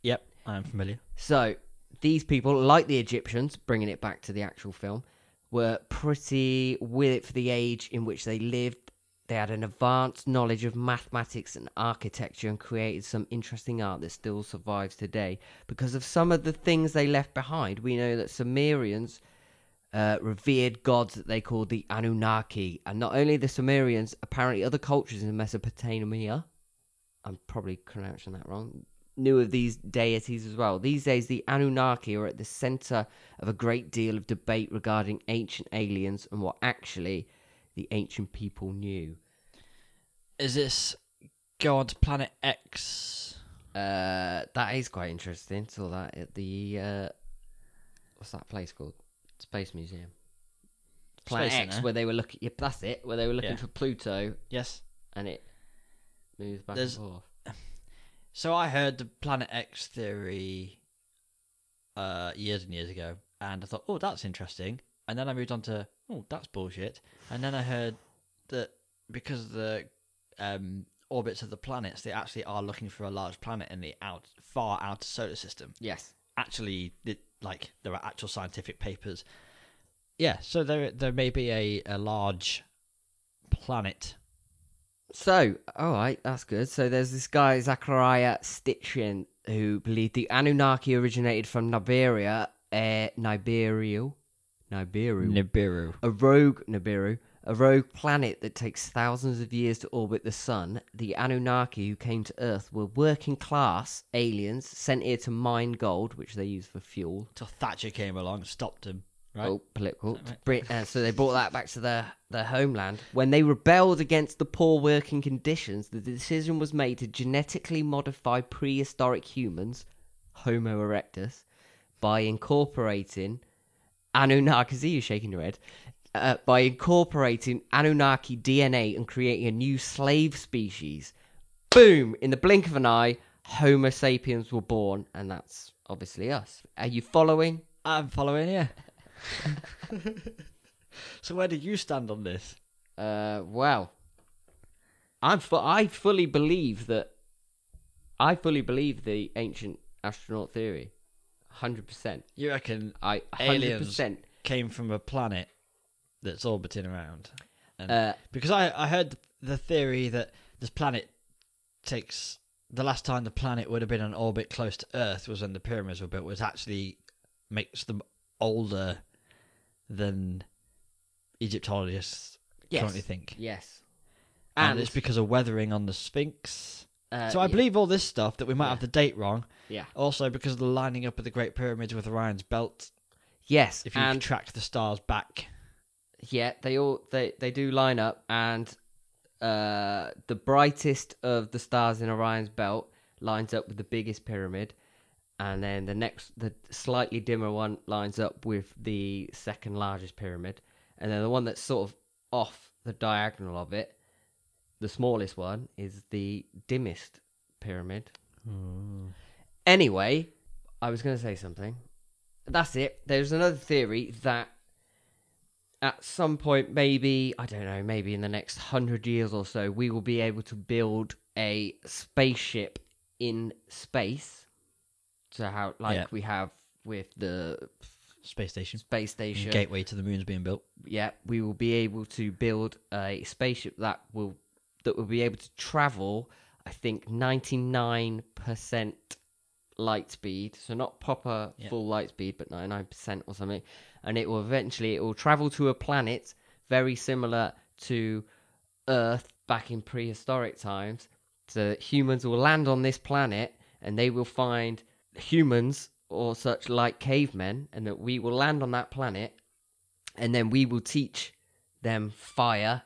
S1: Yep, I am familiar.
S2: So these people, like the Egyptians, bringing it back to the actual film, were pretty with it for the age in which they lived. They had an advanced knowledge of mathematics and architecture and created some interesting art that still survives today. Because of some of the things they left behind, we know that Sumerians uh, revered gods that they called the Anunnaki. And not only the Sumerians, apparently other cultures in Mesopotamia, I'm probably pronouncing that wrong, knew of these deities as well. These days, the Anunnaki are at the center of a great deal of debate regarding ancient aliens and what actually the ancient people knew.
S1: Is this go on to planet X?
S2: Uh, that is quite interesting. So that at the uh, what's that place called? Space Museum. Planet
S1: Space
S2: X,
S1: Center.
S2: where they were looking. Yep, that's it. Where they were looking
S1: Yeah.
S2: for Pluto,
S1: Yes.
S2: and it moves back
S1: There's-
S2: and forth.
S1: So I heard the Planet X theory uh, years and years ago, and I thought, oh, that's interesting. And then I moved on to, oh, that's bullshit. And then I heard that because of the um, orbits of the planets, they actually are looking for a large planet in the out, far outer solar system.
S2: Yes.
S1: Actually, it, like there are actual scientific papers. Yeah, so there there may be a, a large planet
S2: So, all right, that's good. So there's this guy Zachariah Stitchin who believed the Anunnaki originated from Niberia, uh, Nibiru, Nibiru,
S1: Nibiru.
S2: a rogue Nibiru, a rogue planet that takes thousands of years to orbit the sun. The Anunnaki who came to Earth were working class aliens sent here to mine gold, which they use for fuel.
S1: Till Thatcher came along, and stopped him. Right?
S2: Oh, political. Brit- uh, so they brought that back to their, their homeland. When they rebelled against the poor working conditions, the decision was made to genetically modify prehistoric humans, Homo erectus, by incorporating Anunnaki. See you shaking your head. Uh, by incorporating Anunnaki DNA and creating a new slave species. Boom! In the blink of an eye, Homo sapiens were born, and that's obviously us. Are you following?
S1: I'm following you. so where do you stand on this?
S2: Uh, well, I'm fu- I fully believe that I fully believe the ancient astronaut theory, hundred percent.
S1: You reckon
S2: I hundred
S1: aliens
S2: percent.
S1: came from a planet that's orbiting around? And,
S2: Uh,
S1: because I, I heard the, the theory that this planet takes the last time the planet would have been on orbit close to Earth was when the pyramids were built, which actually makes them older than Egyptologists
S2: Yes.
S1: currently think.
S2: Yes,
S1: And,
S2: and,
S1: it's because of weathering on the Sphinx.
S2: uh,
S1: so I
S2: yeah,
S1: believe all this stuff that we might
S2: Yeah.
S1: have the date wrong.
S2: Yeah.
S1: Also because of the lining up of the Great Pyramids with Orion's belt.
S2: Yes,
S1: If you
S2: and
S1: track the stars back,
S2: yeah, they all they they do line up, and uh, the brightest of the stars in Orion's belt lines up with the biggest pyramid. And then the next, the slightly dimmer one lines up with the second largest pyramid. And then the one that's sort of off the diagonal of it, the smallest one, is the dimmest pyramid.
S1: Mm.
S2: Anyway, I was going to say something. That's it. There's another theory that at some point, maybe, I don't know, maybe in the next hundred years or so, we will be able to build a spaceship in space. So, how, like
S1: Yeah.
S2: we have with the
S1: space station,
S2: space station
S1: gateway to the moon's being built.
S2: yeah, we will be able to build a spaceship that will that will be able to travel. I think ninety nine percent light speed, so not proper
S1: Yeah.
S2: full light speed, but ninety nine percent or something. And it will eventually it will travel to a planet very similar to Earth back in prehistoric times so that humans will land on this planet and they will find humans or such like cavemen and that we will land on that planet and then we will teach them fire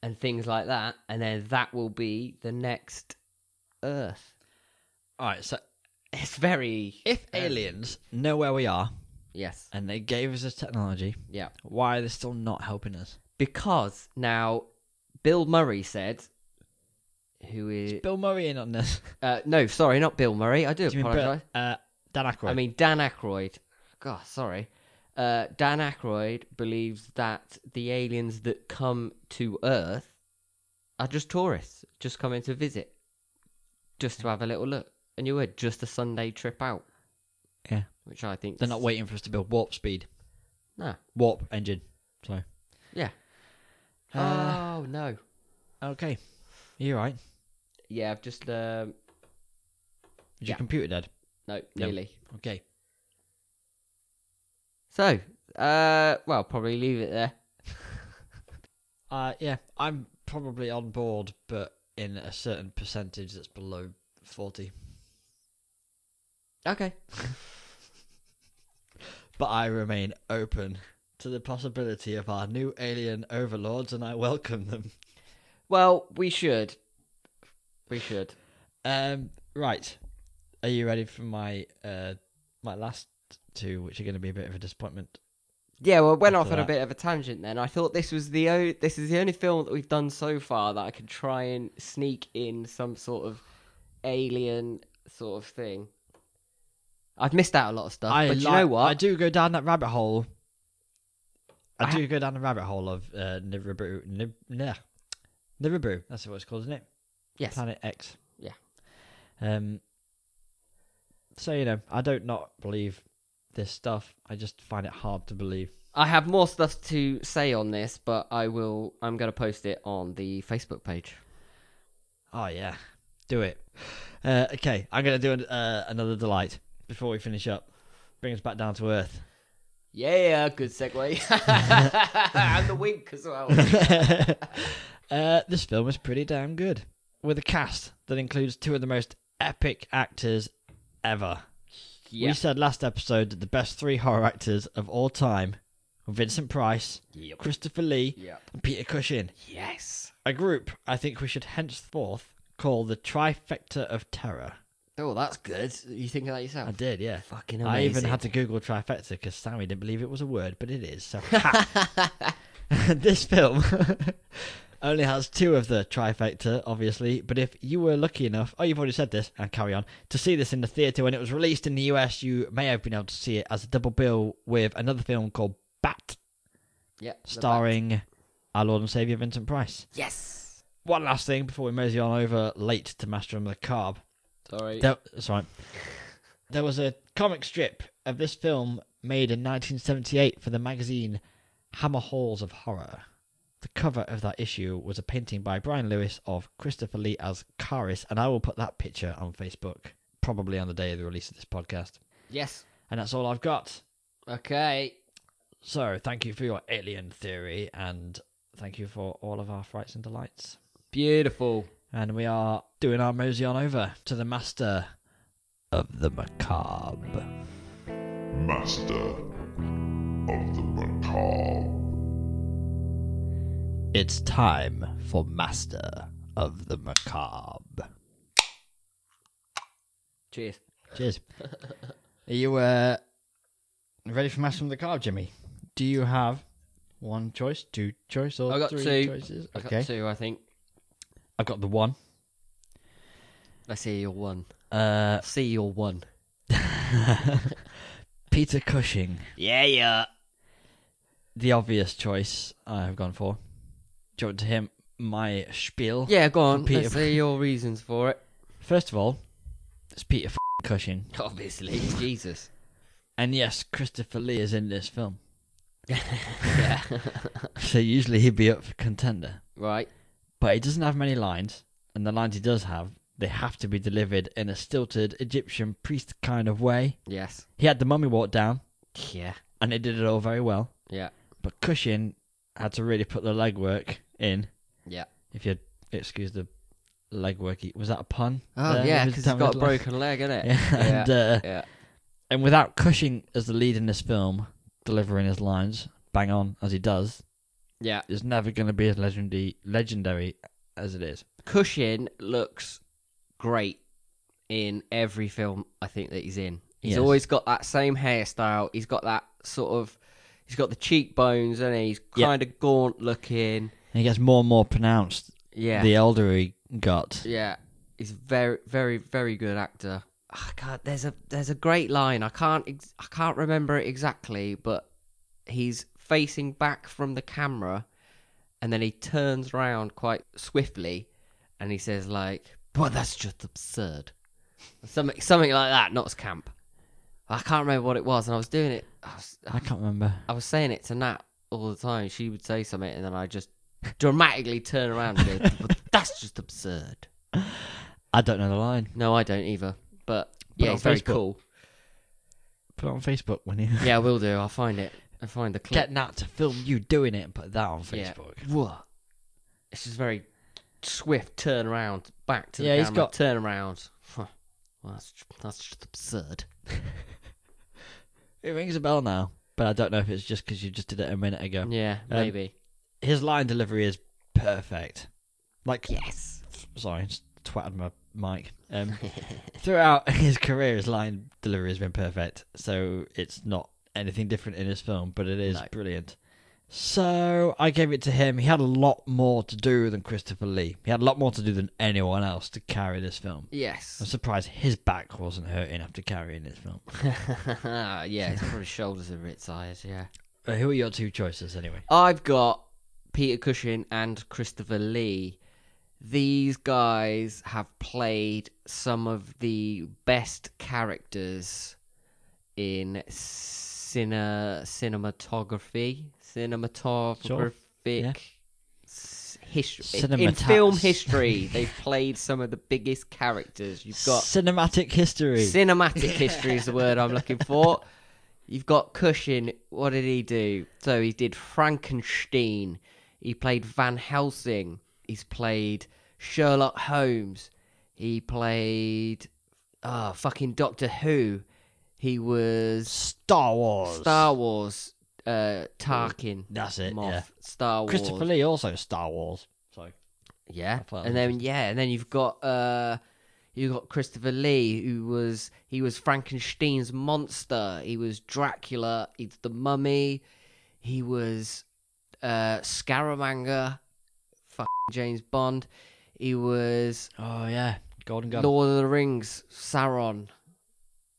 S2: and things like that and then that will be the next earth
S1: All right, so
S2: it's very
S1: if
S2: Yeah.
S1: aliens know where we are
S2: yes
S1: and they gave us this technology,
S2: yeah
S1: why are they still not helping us?
S2: because now bill murray said who is
S1: Bill Murray in on this.
S2: uh, no sorry not bill murray i do,
S1: Do you mean Bill-
S2: apologize
S1: uh, Dan Aykroyd?
S2: I mean, Dan Aykroyd. God, sorry. Uh, Dan Aykroyd believes that the aliens that come to Earth are just tourists, just coming to visit, just to have a little look. And you were just a Sunday trip out.
S1: Yeah.
S2: Which I think
S1: they're not waiting for us to build warp speed,
S2: No.
S1: warp engine. So
S2: Yeah.
S1: Uh,
S2: oh no.
S1: okay, you right?
S2: Yeah, I've just um.
S1: Is
S2: Yeah.
S1: your computer dead?
S2: No,
S1: No.
S2: nearly.
S1: Okay.
S2: So, uh, well, probably leave it there.
S1: Uh, yeah, I'm probably on board, but in a certain percentage that's below forty.
S2: Okay.
S1: But I remain open to the possibility of our new alien overlords, and I welcome them.
S2: Well, we should. We should.
S1: Um, right. Are you ready for my uh my last two, which are going to be a bit of a disappointment?
S2: Yeah, well, went
S1: After
S2: off on a
S1: that.
S2: bit of a tangent. Then I thought this was the o- this is the only film that we've done so far that I could try and sneak in some sort of alien sort of thing. I've missed out a lot of stuff,
S1: I
S2: Uh, but you
S1: like-
S2: know what?
S1: I do go down that rabbit hole. I,
S2: I ha-
S1: do go down the rabbit hole of uh, Nibiru. Nib, nah, Nibiru. That's what it's called, isn't it?
S2: yes,
S1: Planet X.
S2: Yeah.
S1: Um. So you know, I don't not believe this stuff. I just find it hard to believe.
S2: I have more stuff to say on this, but I will. I'm going to post it on the Facebook page.
S1: Oh yeah, do it. Uh, okay, I'm gonna do an, uh, another delight before we finish up. Bring us back down to earth.
S2: Yeah, good segue. and the wink as well.
S1: uh, this film is pretty damn good, with a cast that includes two of the most epic actors ever.
S2: yeah.
S1: We said last episode that the best three horror actors of all time were Vincent Price,
S2: Yep.
S1: Christopher Lee,
S2: Yep.
S1: and Peter Cushing.
S2: Yes.
S1: A group I think we should henceforth call the trifecta of terror.
S2: Oh, that's good. You think of that yourself?
S1: I did, yeah.
S2: Fucking amazing.
S1: I even had to Google trifecta because Sammy didn't believe it was a word, but it is. So this film only has two of the trifecta, obviously. But if you were lucky enough, oh, you've already said this, and carry on to see this in the theater when it was released in the US, you may have been able to see it as a double bill with another film called Bat,
S2: Yep. the back.
S1: starring our Lord and Savior Vincent Price.
S2: Yes.
S1: One last thing before we mosey on over late to Master and the Carb.
S2: Sorry.
S1: There, sorry. There was a comic strip of this film made in 1978 for the magazine Hammer Halls of Horror. The cover of that issue was a painting by Brian Lewis of Christopher Lee as Karis, and I will put that picture on Facebook probably on the day of the release of this podcast.
S2: Yes.
S1: And that's all I've got.
S2: Okay.
S1: So thank you for your alien theory, and thank you for all of our frights and delights.
S2: Beautiful.
S1: And we are doing our mosey on over to the master of the macabre.
S5: Master of the Macabre.
S1: It's time for Master of the Macabre.
S2: Cheers.
S1: Cheers. Are you uh, ready for Master of the Macabre, Jimmy? Do you have one choice, two choice, or
S2: I got
S1: three
S2: two.
S1: choices?
S2: I
S1: okay,
S2: got two, I think.
S1: I've got the one.
S2: I see your one.
S1: Uh,
S2: I see your one.
S1: Peter Cushing,
S2: Yeah, yeah.
S1: the obvious choice I've gone for. Do you want to hear my spiel?
S2: Yeah, go on.
S1: Peter-
S2: I see your reasons for it.
S1: First of all, it's Peter f- Cushing.
S2: Obviously. Jesus.
S1: And yes, Christopher Lee is in this film.
S2: Yeah.
S1: So usually he'd be up for contender.
S2: right.
S1: but he doesn't have many lines, and the lines he does have, they have to be delivered in a stilted Egyptian priest kind of way.
S2: Yes.
S1: He had the mummy walk down,
S2: Yeah.
S1: and they did it all very well.
S2: Yeah.
S1: But Cushing had to really put the legwork in.
S2: Yeah.
S1: If you're excuse the legwork. Was that a pun? Uh,
S2: Oh
S1: there?
S2: yeah,
S1: With
S2: because he's
S1: Damn
S2: got a
S1: Good
S2: broken leg,
S1: Leg?
S2: innit?
S1: Yeah, and uh,
S2: yeah.
S1: and without Cushing as the lead in this film, delivering his lines bang on as he does,
S2: yeah.
S1: is never going to be as legendary legendary as it is.
S2: Cushing looks great in every film I think that he's in. He's
S1: Yes.
S2: always got that same hairstyle. He's got that sort of. He's got the cheekbones, and he? he's
S1: Yeah.
S2: kind of gaunt looking.
S1: And he gets more and more pronounced
S2: Yeah,
S1: the elder he got.
S2: yeah. He's very, very, very good actor. Oh, God, there's a there's a great line. I can't ex- I can't remember it exactly, but he's facing back from the camera, and then he turns round quite swiftly, and he says like, "Well, that's just absurd." Something something like that. Not as camp. I can't remember what it was, and I was doing it. I was,
S1: I can't remember.
S2: I was saying it to Nat all the time. She would say something, and then I just dramatically turn around and go, "But that's just absurd."
S1: I don't know the line.
S2: No, I don't either. But
S1: Put it
S2: yeah,
S1: on
S2: it's very
S1: Facebook.
S2: cool.
S1: Put it on Facebook when you
S2: Yeah, I will do. I'll find it. I'll find the clip.
S1: get Nat to film you doing it and put that on
S2: Yeah.
S1: Facebook.
S2: What? It's just very swift turn around, back to the
S1: Yeah,
S2: camera,
S1: he's got-
S2: turn around. Huh. Well, that's that's just absurd.
S1: It rings a bell now, but I don't know if it's just because you just did it a minute ago.
S2: Yeah,
S1: Um,
S2: maybe.
S1: His line delivery is perfect. Like,
S2: yes.
S1: sorry, I just twatted my mic. Um, throughout his career, his line delivery has been perfect, so it's not anything different in his film, but it is
S2: No.
S1: brilliant. So I gave it to him. He had a lot more to do than Christopher Lee. He had a lot more to do than anyone else to carry this film. I'm
S2: Yes.
S1: surprised his back wasn't hurting after carrying this film.
S2: yeah, it's probably shoulders are its eyes. Yeah.
S1: Uh, who are your two choices anyway?
S2: I've got Peter Cushing and Christopher Lee. These guys have played some of the best characters in cine, cinematography, cinematographic
S1: Sure, yeah.
S2: s- history. In
S1: Cinemata-
S2: film history, they've played some of the biggest characters. You've got
S1: cinematic history.
S2: Cinematic history is the word I'm looking for. You've got Cushing. What did he do? So he did Frankenstein. He played Van Helsing. He's played Sherlock Holmes. He played ah fucking Doctor Who. He was
S1: Star Wars. Oh,
S2: Star Wars. Uh, Tarkin.
S1: That's it,
S2: Moff,
S1: yeah.
S2: Star Wars.
S1: Christopher Lee also Star Wars. Sorry.
S2: Yeah,
S1: I thought
S2: and
S1: that
S2: then yeah, and then you've got uh, you got Christopher Lee, who was he was Frankenstein's monster. He was Dracula. He's the Mummy. He was uh, Scaramanga, fucking James Bond. He was
S1: Oh yeah, Golden Gun.
S2: Lord of the Rings, Sauron,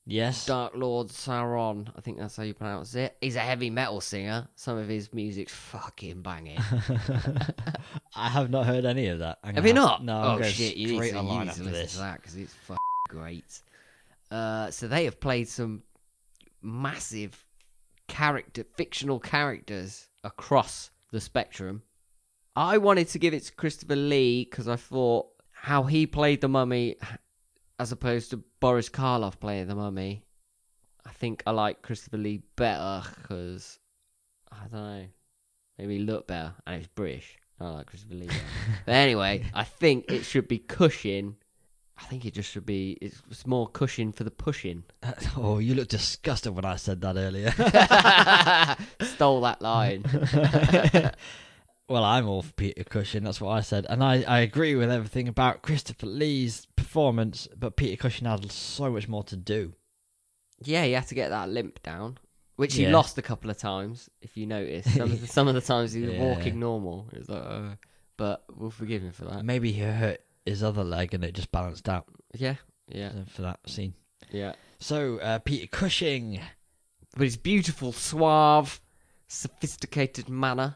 S1: yes.
S2: Dark Lord Sauron. I think that's how you pronounce it. He's a heavy metal singer. Some of his music's fucking banging.
S1: I have not heard any of that. I'm
S2: Have
S1: gonna
S2: you not?
S1: No. I'm
S2: Oh
S1: going
S2: shit! You need
S1: straight
S2: to,
S1: online
S2: you need to
S1: after
S2: listen
S1: this.
S2: to that because it's f- great. Uh, so they have played some massive character, fictional characters across the spectrum. I wanted to give it to Christopher Lee because I thought how he played the mummy, as opposed to Boris Karloff playing the mummy. I think I like Christopher Lee better because I don't know, maybe he looked better and he's British. I like Christopher Lee. better. But anyway, I think it should be Cushing. I think it just should be. It's, it's more Cushing for the pushing.
S1: oh, you look disgusted when I said that earlier.
S2: Stole that line.
S1: well, I'm all for Peter Cushing. That's what I said, and I, I agree with everything about Christopher Lee's performance. But Peter Cushing had so much more to do.
S2: yeah, he had to get that limp down, which he
S1: Yeah.
S2: lost a couple of times. If you notice, some of the, some of the times he was
S1: Yeah.
S2: walking normal. It was like, uh, but we'll forgive him for that.
S1: Maybe he hurt his other leg and it just balanced out
S2: Yeah, yeah,
S1: uh, for that scene.
S2: yeah.
S1: So uh, Peter Cushing,
S2: But his beautiful, suave, sophisticated manner.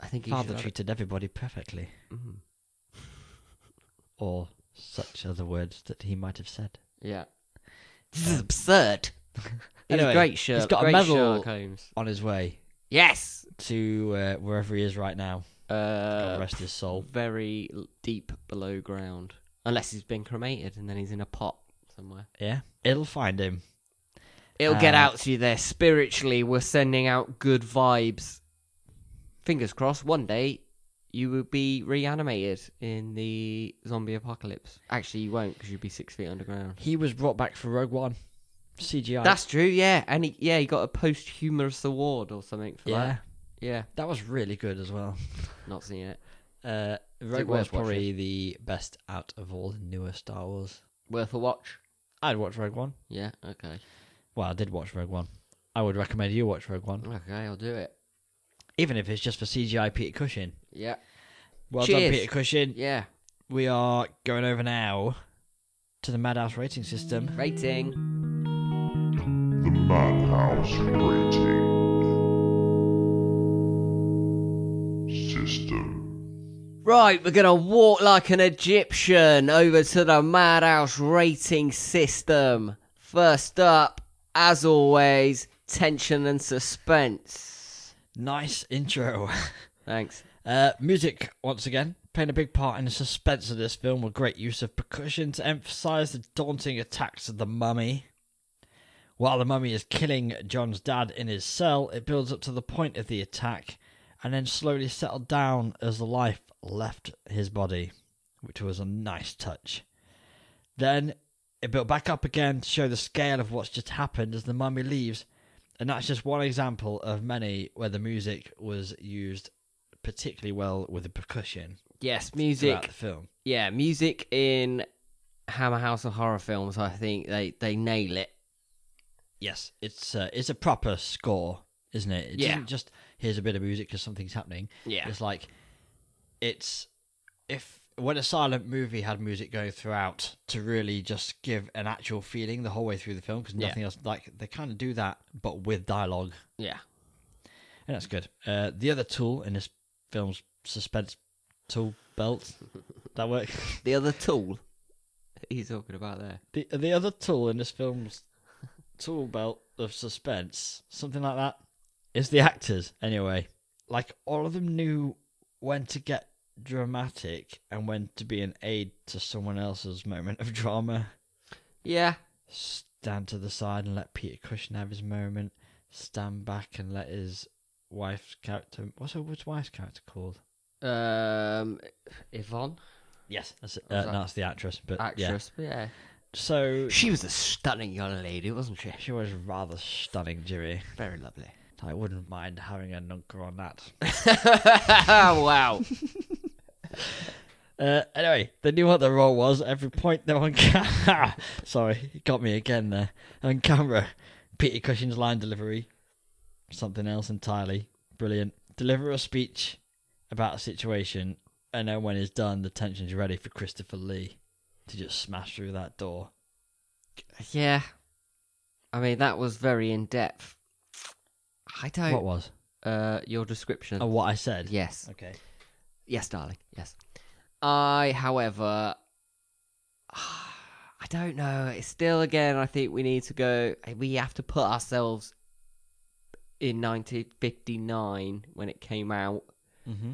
S2: I think he
S1: father
S2: should have-
S1: treated everybody perfectly,
S2: Mhm.
S1: or such other words that he might have said.
S2: Yeah. This is absurd. He's
S1: Anyway,
S2: a great shirt.
S1: he's got a
S2: great
S1: medal.
S2: Sherlock Holmes.
S1: On his way
S2: Yes.
S1: to uh, wherever he is right now, God
S2: Uh,
S1: rest his soul.
S2: very l- deep below ground. Unless he's been cremated and then he's in a pot somewhere.
S1: Yeah, it'll find him.
S2: It'll get
S1: Uh,
S2: out to you there. Spiritually, we're sending out good vibes. Fingers crossed, one day you would be reanimated in the zombie apocalypse. Actually, you won't because you'd be six feet underground.
S1: He was brought back for Rogue One. CGI.
S2: That's true, yeah. And he, yeah, he got a posthumous award or something for
S1: yeah.
S2: that. Yeah,
S1: That was really good as well.
S2: not seen it.
S1: Uh,
S2: it
S1: Rogue
S2: worth
S1: One's probably the best out of all the newer Star Wars.
S2: Worth a watch.
S1: I'd watch Rogue One.
S2: Yeah, okay.
S1: Well, I did watch Rogue One. I would recommend you watch Rogue One,
S2: Okay, I'll do it.
S1: even if it's just for CGI Peter Cushing.
S2: Yeah.
S1: Well done,
S2: Cheers.
S1: Peter Cushing.
S2: Yeah.
S1: We are going over now to the Madhouse rating system.
S2: Rating.
S5: The Madhouse Rating System.
S2: Right, we're gonna walk like an Egyptian over to the Madhouse rating system. First up, as always, tension and suspense.
S1: Nice intro.
S2: Thanks.
S1: Uh, music, once again, playing a big part in the suspense of this film with great use of percussion to emphasize the daunting attacks of the mummy. While the mummy is killing John's dad in his cell, it builds up to the point of the attack and then slowly settled down as the life left his body, which was a nice touch. Then it built back up again to show the scale of what's just happened as the mummy leaves, and that's just one example of many where the music was used particularly well with the percussion
S2: Yes,
S1: throughout
S2: music.
S1: the film.
S2: Yeah, music in Hammer House and horror films. I think they they nail it.
S1: Yes, it's uh, it's a proper score, isn't it? It
S2: Yeah.
S1: isn't just here's a bit of music because something's happening.
S2: Yeah.
S1: It's like it's if when a silent movie had music going throughout to really just give an actual feeling the whole way through the film because
S2: Yeah.
S1: nothing else like they kind of do that but with dialogue
S2: Yeah.
S1: and that's good. Uh, the other tool in this film's suspense tool belt that work
S2: The other tool. He's talking about there.
S1: the the other tool in this film's tool belt of suspense, something like that, is the actors. Anyway, like all of them knew when to get dramatic and when to be an aid to someone else's moment of drama.
S2: Yeah.
S1: Stand to the side and let Peter Cushing have his moment. Stand back and let his wife's character. What's her what's wife's character called?
S2: Um, Yvonne,
S1: Yes, that's it.
S2: Oh,
S1: Uh,
S2: is that-
S1: no, that's the actress. But yeah,
S2: actress. Yeah.
S1: so
S2: She was a stunning young lady, wasn't she?
S1: she was rather stunning, Jimmy.
S2: Very lovely.
S1: I wouldn't mind having a nunker on that.
S2: wow.
S1: Uh, anyway, they knew what their role was. Every point they were on camera. Sorry, it got me again there. On camera, Peter Cushing's line delivery, something else entirely. Brilliant. Deliver a speech about a situation, and then when it's done, the tension's ready for Christopher Lee to just smash through that door.
S2: Yeah. I mean, that was very in depth. I don't.
S1: What was?
S2: Uh, your description.
S1: Oh, what I said.
S2: Yes.
S1: Okay.
S2: Yes, darling. Yes. I, however, I don't know. It's still again. I think we need to go. We have to put ourselves in 1959 when it came out.
S1: Mm-hmm.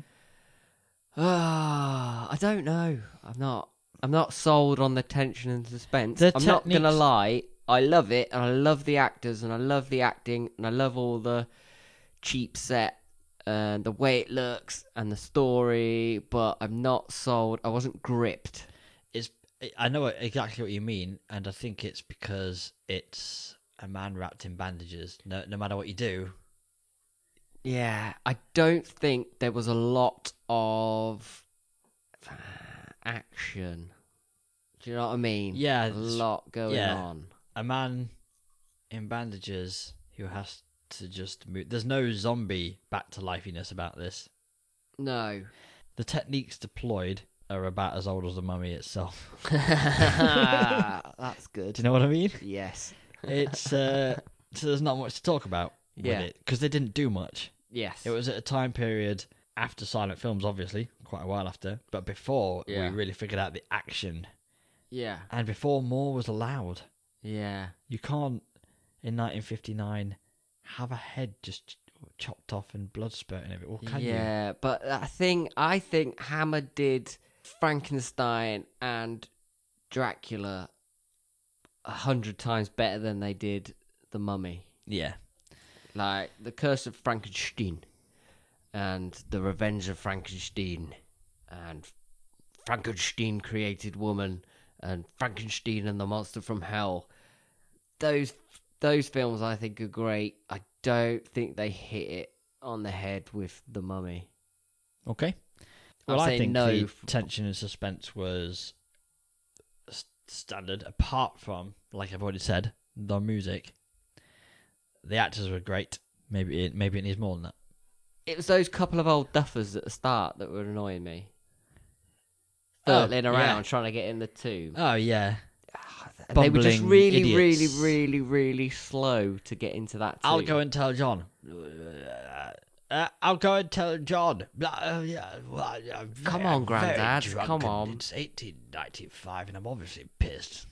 S2: Ah, I don't know. I'm not. I'm not sold on the tension and suspense.
S1: The
S2: I'm not gonna
S1: techniques-
S2: lie. I love it, and I love the actors, and I love the acting, and I love all the cheap set and the way it looks and the story. But I'm not sold. I wasn't gripped.
S1: it's I know exactly what you mean, and I think it's because it's a man wrapped in bandages. No, no matter what you do,
S2: Yeah, I don't think there was a lot of uh, action. Do you know what I mean?
S1: Yeah,
S2: a
S1: it's-
S2: lot going
S1: yeah.
S2: on.
S1: a man in bandages who has to just move. There's no zombie back to lifeiness about this.
S2: No.
S1: The techniques deployed are about as old as the mummy itself.
S2: That's
S1: Do
S2: good.
S1: you know what I mean?
S2: Yes.
S1: It's uh, so there's not much to talk about
S2: Yeah.
S1: with it because they didn't do much.
S2: Yes.
S1: It was at a time period after silent films, obviously, quite a while after, but before
S2: Yeah.
S1: we really figured out the action
S2: Yeah.
S1: and before more was allowed.
S2: Yeah.
S1: You can't, in 1959, have a head just ch- chopped off and blood spurting everywhere. Well, can you?
S2: yeah. But I think I think Hammer did Frankenstein and Dracula a hundred times better than they did the Mummy.
S1: Yeah.
S2: Like the Curse of Frankenstein. and The Revenge of Frankenstein, and Frankenstein created woman, and Frankenstein and the Monster from Hell. Those those films I think are great. I don't think they hit it on the head with The Mummy.
S1: Okay.
S2: I'll
S1: Well, I
S2: say
S1: think
S2: no
S1: the
S2: f-
S1: tension and suspense was s- standard, apart from, like I've already said, the music. The actors were great. Maybe it, maybe it needs more than that.
S2: It was those couple of old duffers at the start that were annoying me. Thurtling
S1: Oh, yeah.
S2: around trying to get in the tomb.
S1: Oh yeah,
S2: And they were just
S1: bumbling
S2: really,
S1: idiots.
S2: really, really, really slow to get into that tomb.
S1: I'll go and tell John. Uh, I'll go and tell John. Blah, uh, yeah, well, I'm
S2: Come
S1: very-
S2: on,
S1: I'm very
S2: Grandad,
S1: drunk
S2: come
S1: and
S2: on.
S1: It's 1895, and I'm obviously pissed.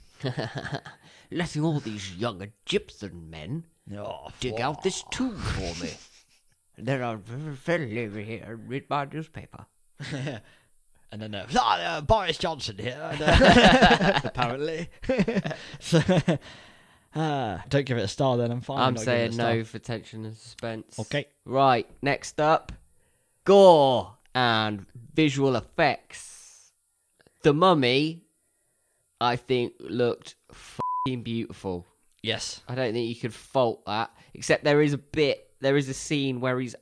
S2: Letting all these young Egyptian men
S1: Oh,
S2: dig
S1: fuck.
S2: out this tomb for me. then I'll very over here and read my newspaper.
S1: And then uh, "Ah, uh, Boris Johnson here, and, uh, apparently. so, uh, don't give it a star then, I'm fine.
S2: I'm
S1: not giving it a
S2: saying
S1: star.
S2: no for tension and suspense.
S1: Okay.
S2: Right, next up gore and visual effects. The mummy, I think, looked fing beautiful.
S1: Yes.
S2: I don't think you could fault that. Except there is a bit, there is a scene where he's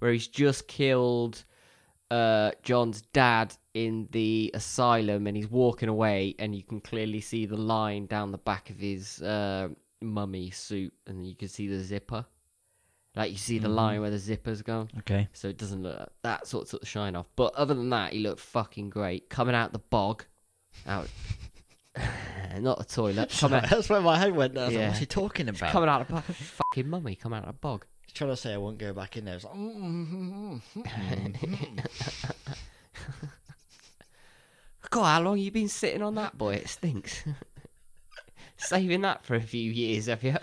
S2: where he's just killed uh, John's dad in the asylum, and he's walking away, and you can clearly see the line down the back of his uh, mummy suit, and you can see the zipper. Like you see the line where the zipper's gone,
S1: Okay.
S2: so it doesn't look that sort of took the shine off. But other than that, he looked fucking great coming out the bog, out not the toilet, coming out,
S1: That's where my head went. There. I was like,
S2: Yeah.
S1: what's he talking about?
S2: coming out of bog. Fucking mummy, come out of the bog.
S1: He's trying to say I won't go back in there. It's like, "Mm, mm, mm, mm, mm."
S2: God, how long you been sitting on that boy? It stinks. Saving that for a few years, have you?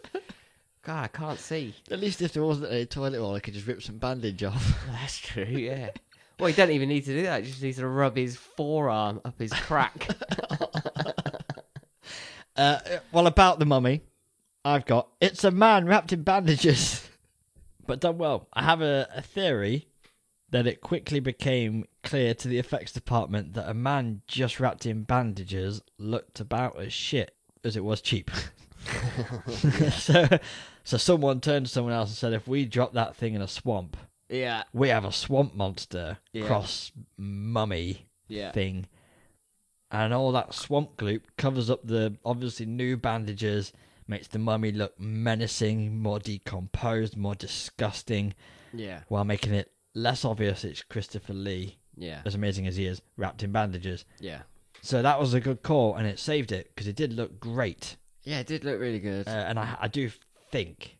S2: God, I can't see.
S1: At least if there wasn't a toilet roll, I could just rip some bandage off.
S2: That's true, yeah. Well, he doesn't even need to do that. He just needs to rub his forearm up his crack.
S1: Uh, well, about the mummy, I've got it's a man wrapped in bandages, but done well. I have a, a theory that it quickly became clear to the effects department that a man just wrapped in bandages looked about as shit as it was cheap. so, so someone turned to someone else and said, "If we drop that thing in a swamp,
S2: yeah,
S1: we have a swamp monster
S2: Yeah.
S1: cross mummy
S2: yeah.
S1: thing. And all that swamp gloop covers up the obviously new bandages, makes the mummy look menacing, more decomposed, more disgusting,
S2: Yeah,
S1: while making it less obvious it's Christopher Lee,
S2: yeah,
S1: as amazing as he is, wrapped in bandages.
S2: yeah.
S1: So that was a good call, and it saved it because it did look great.
S2: Yeah, it did look really good.
S1: Uh, and I, I do think,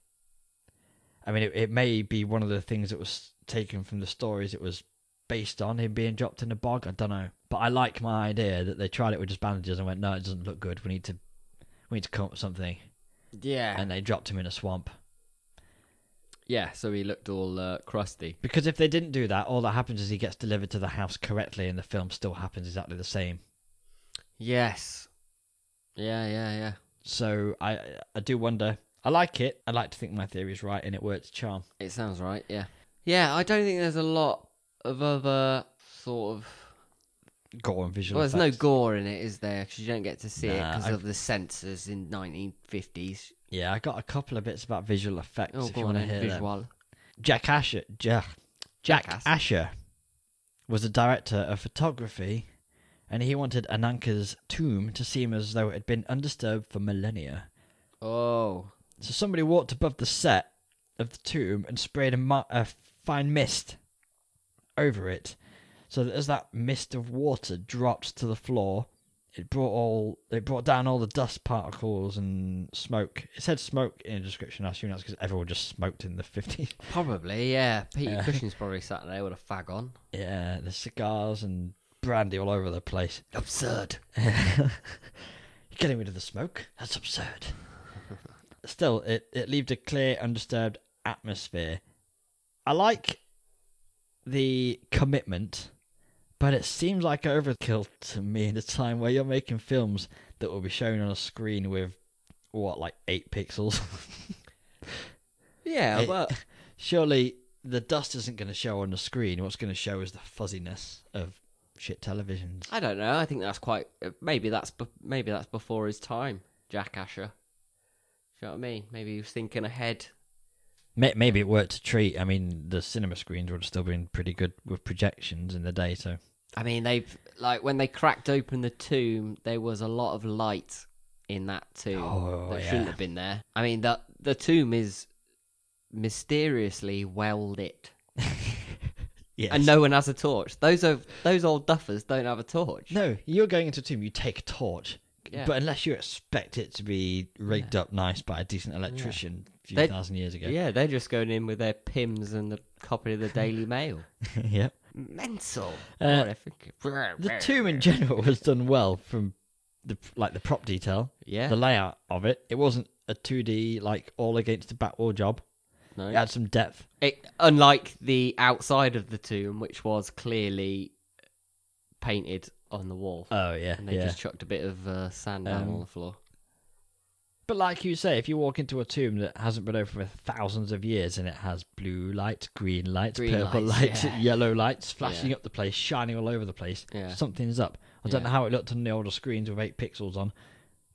S1: I mean, it, it may be one of the things that was taken from the stories it was based on him being dropped in a bog. I don't know, but I like my idea that they tried it with just bandages and went, no, it doesn't look good. We need to, we need to come up with something,
S2: yeah.
S1: and they dropped him in a swamp.
S2: yeah, so he looked all uh, crusty.
S1: Because if they didn't do that, all that happens is he gets delivered to the house correctly, and the film still happens exactly the same.
S2: Yes. Yeah, yeah, yeah.
S1: So I, I do wonder. I like it. I like to think my theory is right, and it works charm.
S2: It sounds right, yeah. Yeah, I don't think there's a lot of other sort of.
S1: Gore and visual.
S2: Well, there's no
S1: effects.
S2: gore in it, is there? Because you don't get to see it 'cause it
S1: Nah,
S2: because
S1: I-
S2: of the censors in 1950s.
S1: Yeah, I got a couple of bits about visual effects
S2: Oh,
S1: if
S2: go
S1: you
S2: on,
S1: want to
S2: then,
S1: hear them.
S2: visual.
S1: Jack Asher, Jack, Jack
S2: Jackass.
S1: Asher was the director of photography, and he wanted Ananka's tomb to seem as though it had been undisturbed for millennia.
S2: Oh,
S1: So somebody walked above the set of the tomb and sprayed a, mu- a fine mist over it, so that as that mist of water dropped to the floor, it brought all it brought down all the dust particles and smoke. It said smoke in the description. I assume that's because everyone just smoked in the fifties.
S2: probably, yeah. Peter
S1: Yeah.
S2: Cushing's probably sat there with a fag on.
S1: Yeah, the cigars and brandy all over the place.
S2: Absurd.
S1: You're getting rid of the smoke? That's absurd. Still, it, it leaves a clear, undisturbed atmosphere. I like the commitment, but it seems like overkill to me in a time where you're making films that will be shown on a screen with, what, like eight pixels?
S2: Yeah,
S1: It-
S2: but
S1: Surely the dust isn't going to show on the screen. What's going to show is the fuzziness of shit televisions.
S2: I don't know. I think that's quite. uh, Maybe that's bef- maybe that's before his time, Jack Asher. Do you know what I mean? Maybe he was thinking ahead.
S1: May- Maybe it worked a treat. I mean, the cinema screens would have still been pretty good with projections in the day, so
S2: I mean, they've like when they cracked open the tomb, there was a lot of light in that tomb
S1: Oh,
S2: that
S1: yeah.
S2: shouldn't have been there. I mean, the the tomb is mysteriously well lit,
S1: yeah.
S2: and no one has a torch. Those are those old duffers don't have a torch.
S1: No, you're going into a tomb, you take a torch.
S2: Yeah.
S1: But unless you expect it to be rigged up nice by a decent electrician a few
S2: They-
S1: thousand years ago.
S2: Yeah. they're just going in with their pims and the copy of the Daily Mail.
S1: yep.
S2: Mental.
S1: Uh,
S2: What I think-
S1: The tomb in general was done well from the like the prop detail,
S2: Yeah.
S1: the layout of it. It wasn't a 2D like all against the back wall job.
S2: No.
S1: It had some depth.
S2: It, unlike the outside of the tomb, which was clearly painted on the wall,
S1: Oh yeah,
S2: and they
S1: yeah.
S2: just chucked a bit of uh, sand down
S1: Um,
S2: on the floor.
S1: But like you say, if you walk into a tomb that hasn't been open for thousands of years and it has blue lights, green lights,
S2: Green
S1: purple lights,
S2: lights, yeah.
S1: yellow lights flashing up the place, shining all over the place,
S2: Yeah.
S1: something's up. I don't
S2: Yeah.
S1: know how it looked on the older screens with eight pixels on,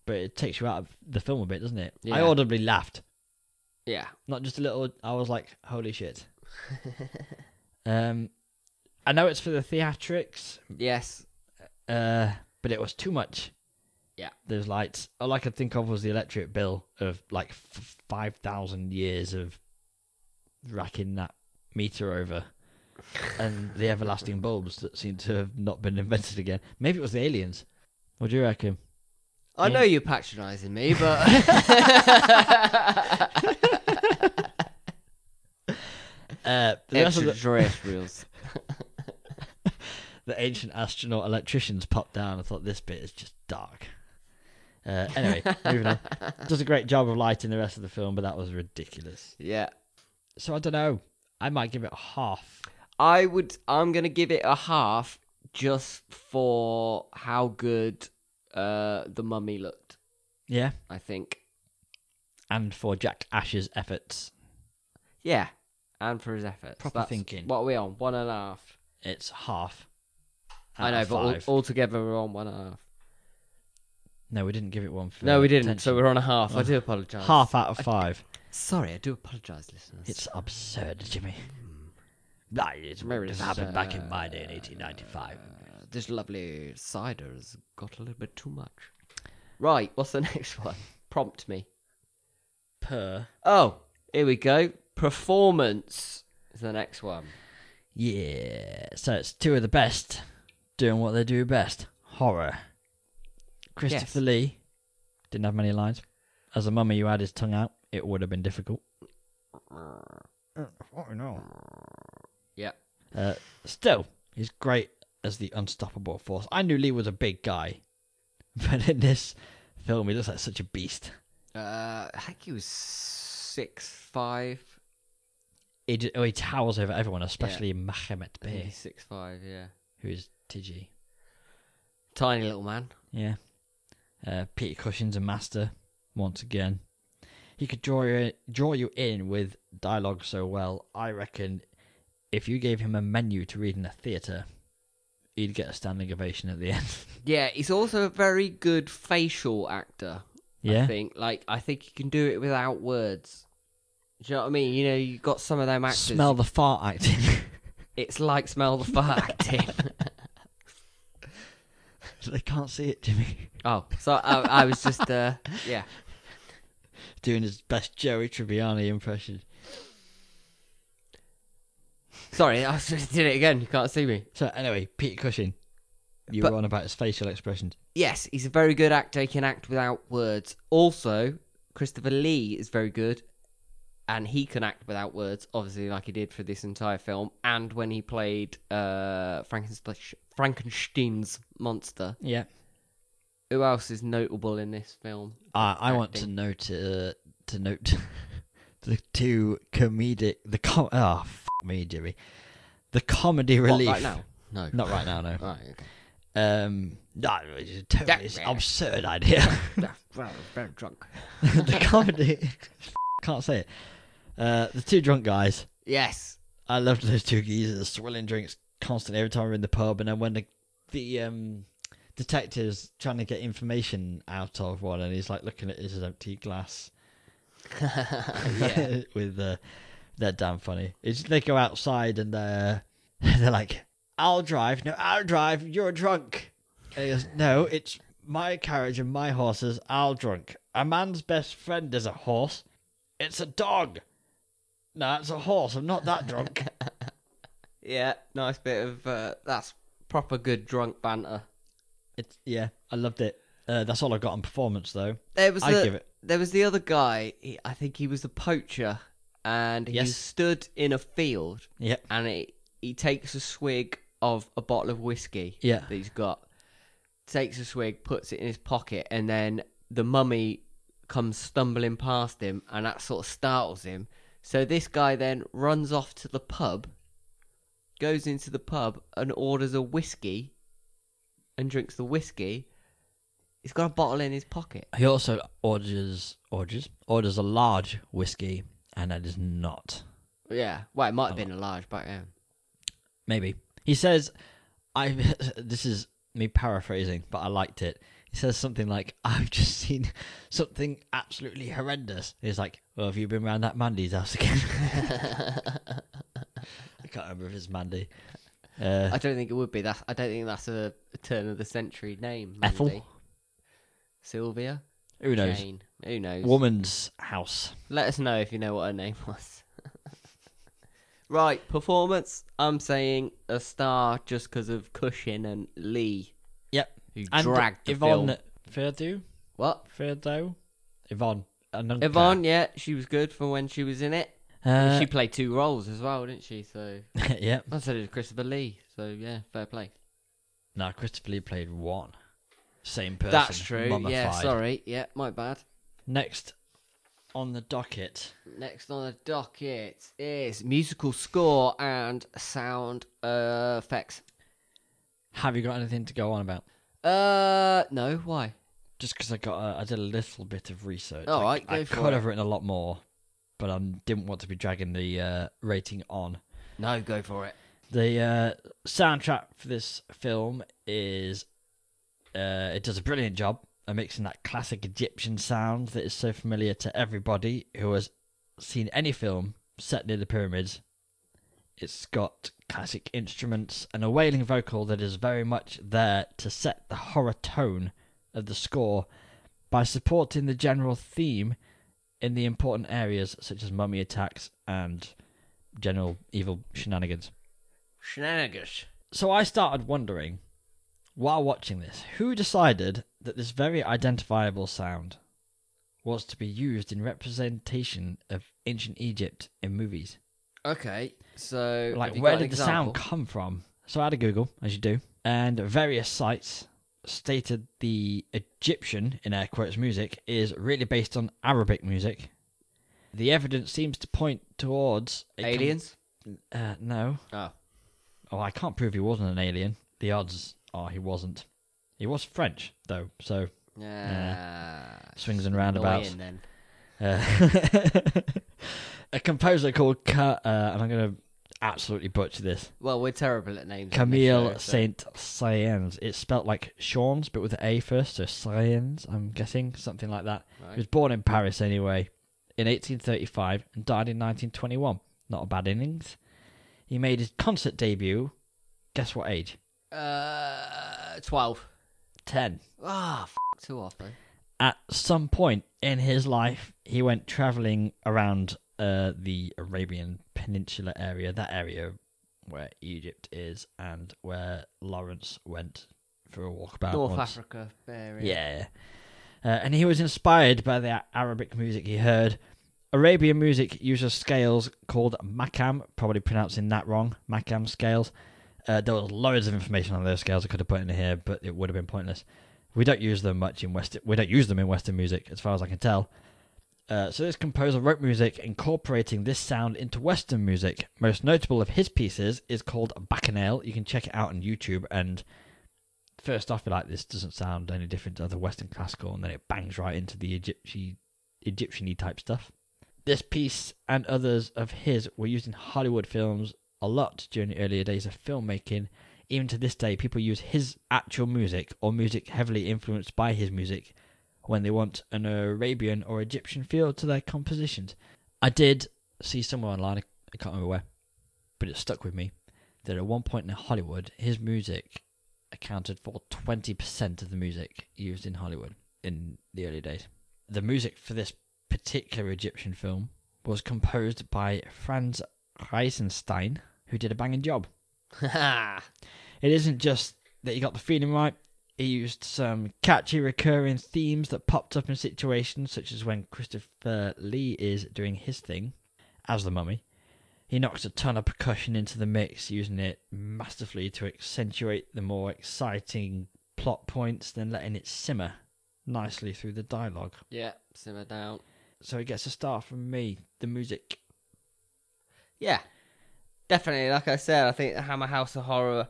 S1: but it takes you out of the film a bit, doesn't it? I
S2: Yeah.
S1: audibly laughed,
S2: Yeah,
S1: not just a little. I was like, "Holy shit!" um, I know it's for the theatrics,
S2: yes,
S1: uh, but it was too much.
S2: Yeah.
S1: Those lights. All I could think of was the electric bill of like f- 5,000 years of racking that meter over and the everlasting bulbs that seem to have not been invented again. Maybe it was the aliens. What do you reckon?
S2: I
S1: Yeah.
S2: know you're patronising me, but
S1: Uh, the, rest of
S2: extra
S1: the,
S2: terrestrials.
S1: the ancient astronaut electricians popped down. I thought this bit is just dark. Uh, anyway, moving on. Does a great job of lighting the rest of the film, but that was ridiculous.
S2: Yeah,
S1: So I don't know. I might give it half.
S2: I would. I'm gonna give it a half just for how good uh, the mummy looked.
S1: Yeah.
S2: I think.
S1: and for Jack Ash's efforts.
S2: Yeah, and for his efforts.
S1: Proper thinking.
S2: What are we on? One and a half.
S1: It's half.
S2: I
S1: out
S2: know,
S1: of
S2: but all,
S1: five.
S2: altogether we're on one and a half.
S1: no, we didn't give it one. For
S2: No, we didn't.
S1: attention.
S2: So we're on a half. I do apologise.
S1: half out of five.
S2: Sorry, I do apologise, listeners.
S1: It's absurd, Jimmy. Nah, it's
S2: Maybe
S1: it
S2: it's,
S1: happened back in my
S2: uh,
S1: day in 1895.
S2: Uh, this lovely cider has got a little bit too much. Right, what's the next one? Prompt me.
S1: Per
S2: Oh, here we go. Performance is the next one.
S1: yeah, so it's two of the best doing what they do best: horror. Christopher Lee didn't have many lines. As a mummy who had his tongue out, it would have been difficult. Oh no.
S2: Yeah.
S1: Uh, still, he's great as the unstoppable force. I knew Lee was a big guy, but in this film, he looks like such a beast.
S2: Uh, I think he was six five.
S1: He, ju- oh, he towers over everyone, especially Mahomet
S2: I think
S1: Bey,
S2: he's six five. Yeah.
S1: who is Tiji.
S2: Tiny little man.
S1: Yeah. Uh, Peter Cushing's a master, once again. He could draw you, draw you in with dialogue so well. I reckon if you gave him a menu to read in a theatre, he'd get a standing ovation at the end.
S2: Yeah, he's also a very good facial actor.
S1: yeah.
S2: I think like I think you can do it without words. Do you know what I mean? You know, you got some of them actors.
S1: Smell the fart acting.
S2: It's like smell the fart acting.
S1: they can't see it, Jimmy.
S2: oh, so I, I was just uh, yeah,
S1: Doing his best Joey Tribbiani impression.
S2: sorry, I was just did it again. You can't see me.
S1: So anyway, Peter Cushing, you
S2: But-
S1: were on about his facial expressions.
S2: Yes, he's a very good actor. He can act without words. Also, Christopher Lee is very good, and he can act without words. Obviously, like he did for this entire film, and when he played uh, Frankenstein, Frankenstein's monster.
S1: Yeah.
S2: Who else is notable in this film?
S1: I I want to note uh, to note the two comedic the com oh f- me Jimmy, the comedy
S2: What,
S1: relief.
S2: right now? No.
S1: Not right now, no.
S2: Right, okay.
S1: Um, no, it's a totally it's
S2: Yeah.
S1: absurd idea.
S2: Yeah, well, very drunk.
S1: the comedy, can't say it. Uh, the two drunk guys.
S2: Yes.
S1: I loved those two geezers swilling drinks constantly every time we were in the pub, and then when the the um, detective's trying to get information out of one, and he's like looking at his empty glass. yeah, with uh, they're damn funny. It's they go outside and they're they're like, "I'll drive." No, I'll drive. You're drunk. And he goes, "No, it's my carriage and my horses. I'll drunk. A man's best friend is a horse. It's a dog. No, it's a horse. I'm not that drunk."
S2: Yeah, nice bit of uh, that's proper good drunk banter.
S1: It's yeah, I loved it. Uh, that's all I got on performance though.
S2: There was
S1: I
S2: the,
S1: give it.
S2: There was the other guy. He, I think he was the poacher, and he
S1: Yes.
S2: stood in a field,
S1: Yep.
S2: and he he takes a swig of a bottle of whiskey.
S1: Yeah.
S2: that he's got. Takes a swig, puts it in his pocket, and then the mummy comes stumbling past him, and that sort of startles him. So this guy then runs off to the pub, goes into the pub, and orders a whiskey, and drinks the whiskey. He's got a bottle in his pocket.
S1: He also orders orders orders a large whiskey, and that is not
S2: Yeah. Well, it might have
S1: Oh.
S2: been a large back then.
S1: Maybe. He says, I. This is me paraphrasing, but I liked it. He says something like, I've just seen something absolutely horrendous. He's like, Well, have you been round that Mandy's house again? I can't remember if it's Mandy. Uh,
S2: I don't think it would be. That I don't think that's a, a turn of the century name. Mandy.
S1: Ethel?
S2: Sylvia,
S1: Who knows?
S2: Jane. Who knows?
S1: Woman's house.
S2: Let us know if you know what her name was. right, performance. I'm saying a star just because of Cushing and Lee,
S1: Yep.
S2: who
S1: And
S2: dragged the
S1: Yvonne
S2: film.
S1: Fairdew?
S2: What?
S1: Fairdew? Yvonne. Anunca.
S2: Yvonne, yeah, she was good for when she was in it.
S1: Uh,
S2: she played two roles as well, didn't she? So,
S1: yep.
S2: and so did Christopher Lee. So, yeah, fair play.
S1: No, Christopher Lee played one. Same person.
S2: That's true. Yeah,
S1: mummified.
S2: sorry. Yeah, my bad.
S1: Next on the docket.
S2: Next on the docket is musical score and sound uh, effects.
S1: Have you got anything to go on about?
S2: Uh, no, why?
S1: Just because I got, a, I did a little bit of research.
S2: All
S1: I,
S2: right, go
S1: I
S2: for
S1: could
S2: it.
S1: have written a lot more, but I didn't want to be dragging the uh, rating on.
S2: No, go for it.
S1: The uh, soundtrack for this film is, uh, it does a brilliant job of mixing that classic Egyptian sound that is so familiar to everybody who has seen any film set near the pyramids. It's got classic instruments and a wailing vocal that is very much there to set the horror tone of the score by supporting the general theme in the important areas such as mummy attacks and general evil shenanigans.
S2: Shenanigans.
S1: So I started wondering, while watching this, who decided that this very identifiable sound was to be used in representation of ancient Egypt in movies?
S2: Okay, so
S1: Like,
S2: have you
S1: where
S2: got an
S1: did the sound
S2: example?
S1: come from? So I had a Google, as you do, and various sites stated the Egyptian, in air quotes, music is really based on Arabic music. The evidence seems to point towards it com-
S2: Aliens.
S1: uh, no,
S2: Oh,
S1: Oh, I can't prove he wasn't an alien. The odds are he wasn't. He was French, though, so
S2: yeah.
S1: swings and roundabouts.
S2: Annoying then.
S1: Uh, a composer called, Ca- uh, and I'm going to absolutely butcher this,
S2: Well, we're terrible at names. on this
S1: Camille
S2: show, so-
S1: Saint Saens. It's spelt like Sean's, but with an A first, so Saens, I'm guessing, something like that. He was born in Paris anyway, in 1835, and died in 1921. Not a bad innings. He made his concert debut. Guess what age?
S2: Uh, twelve.
S1: 10.
S2: Ah, f- too often.
S1: at some point in his life, he went traveling around uh, the Arabian Peninsula area, that area where Egypt is and where Lawrence went for a walkabout.
S2: North
S1: once.
S2: Africa area.
S1: Yeah. Uh, and he was inspired by the Arabic music he heard. Arabian music uses scales called makam, probably pronouncing that wrong, makam scales. Uh, there was loads of information on those scales I could have put in here, but it would have been pointless. We don't use them much in West. We don't use them in Western music, as far as I can tell. Uh, so this composer wrote music incorporating this sound into Western music. Most notable of his pieces is called Bacchanal. You can check it out on YouTube and first off, you're like, this doesn't sound any different to other Western classical, and then it bangs right into the Egyptian, Egyptian-y type stuff. This piece and others of his were used in Hollywood films a lot during the earlier days of filmmaking. Even to this day, people use his actual music or music heavily influenced by his music when they want an Arabian or Egyptian feel to their compositions. I did see somewhere online, I can't remember where, but it stuck with me that at one point in Hollywood, his music accounted for 20% of the music used in Hollywood in the early days. The music for this particular Egyptian film was composed by Franz Reisenstein, who did a banging job. It isn't just that he got the feeling right, he used some catchy recurring themes that popped up in situations such as when Christopher Lee is doing his thing as the mummy. He knocks a ton of percussion into the mix, using it masterfully to accentuate the more exciting plot points, then letting it simmer nicely through the dialogue.
S2: yeah, simmer down.
S1: So it gets a star from me. The music.
S2: Yeah, definitely. Like I said, I think the Hammer House of Horror,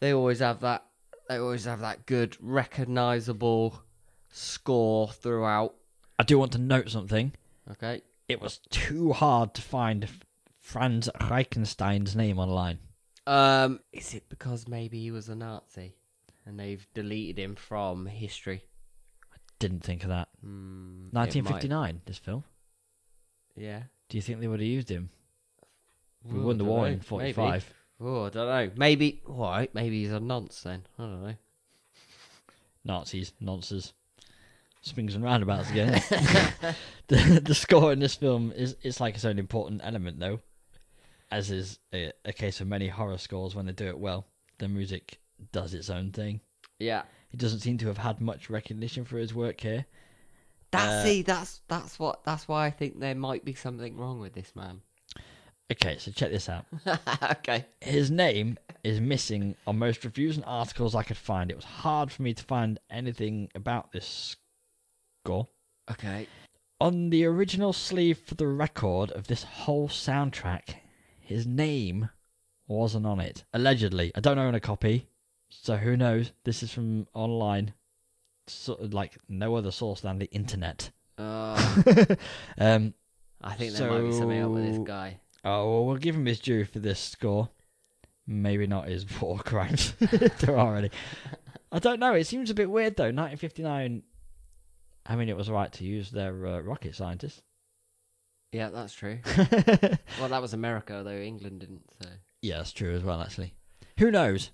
S2: they always have that. They always have that good, recognizable score throughout.
S1: I do want to note something.
S2: Okay.
S1: It was too hard to find F- Franz Reichenstein's name online.
S2: Um, is it because maybe he was a Nazi and they've deleted him from history?
S1: Didn't think of that.
S2: Hmm, it might-
S1: 1959, this film.
S2: Yeah.
S1: Do you think they would have used him? We
S2: Ooh,
S1: won the
S2: dunno,
S1: war in
S2: maybe.
S1: 45.
S2: Oh, I don't know. Maybe. All right. Maybe he's a nonce then. I don't know.
S1: Nazis, nonsense. Swings and roundabouts again. the, the score in this film is it's like its own important element, though, as is a, a case of many horror scores when they do it well. The music does its own thing.
S2: Yeah.
S1: He doesn't seem to have had much recognition for his work here.
S2: That's see. That's that's what. That's why I think there might be something wrong with this man.
S1: Okay, so check this out.
S2: okay.
S1: his name is missing on most reviews and articles I could find. It was hard for me to find anything about this score.
S2: Okay.
S1: On the original sleeve for the record of this whole soundtrack, his name wasn't on it. Allegedly. I don't own a copy, so who knows? This is from online. Sort of like no other source than the internet.
S2: Uh,
S1: um,
S2: I think there might be something up with
S1: So-
S2: this guy.
S1: Oh, well, we'll give him his due for this score. Maybe not his war crimes. They're already. I don't know. It seems a bit weird, though. 1959. I mean, it was right to use their uh, rocket scientists.
S2: Yeah, that's true.
S1: yeah,
S2: Well, that was America though. England didn't. So.
S1: that's true as well, actually. Who knows?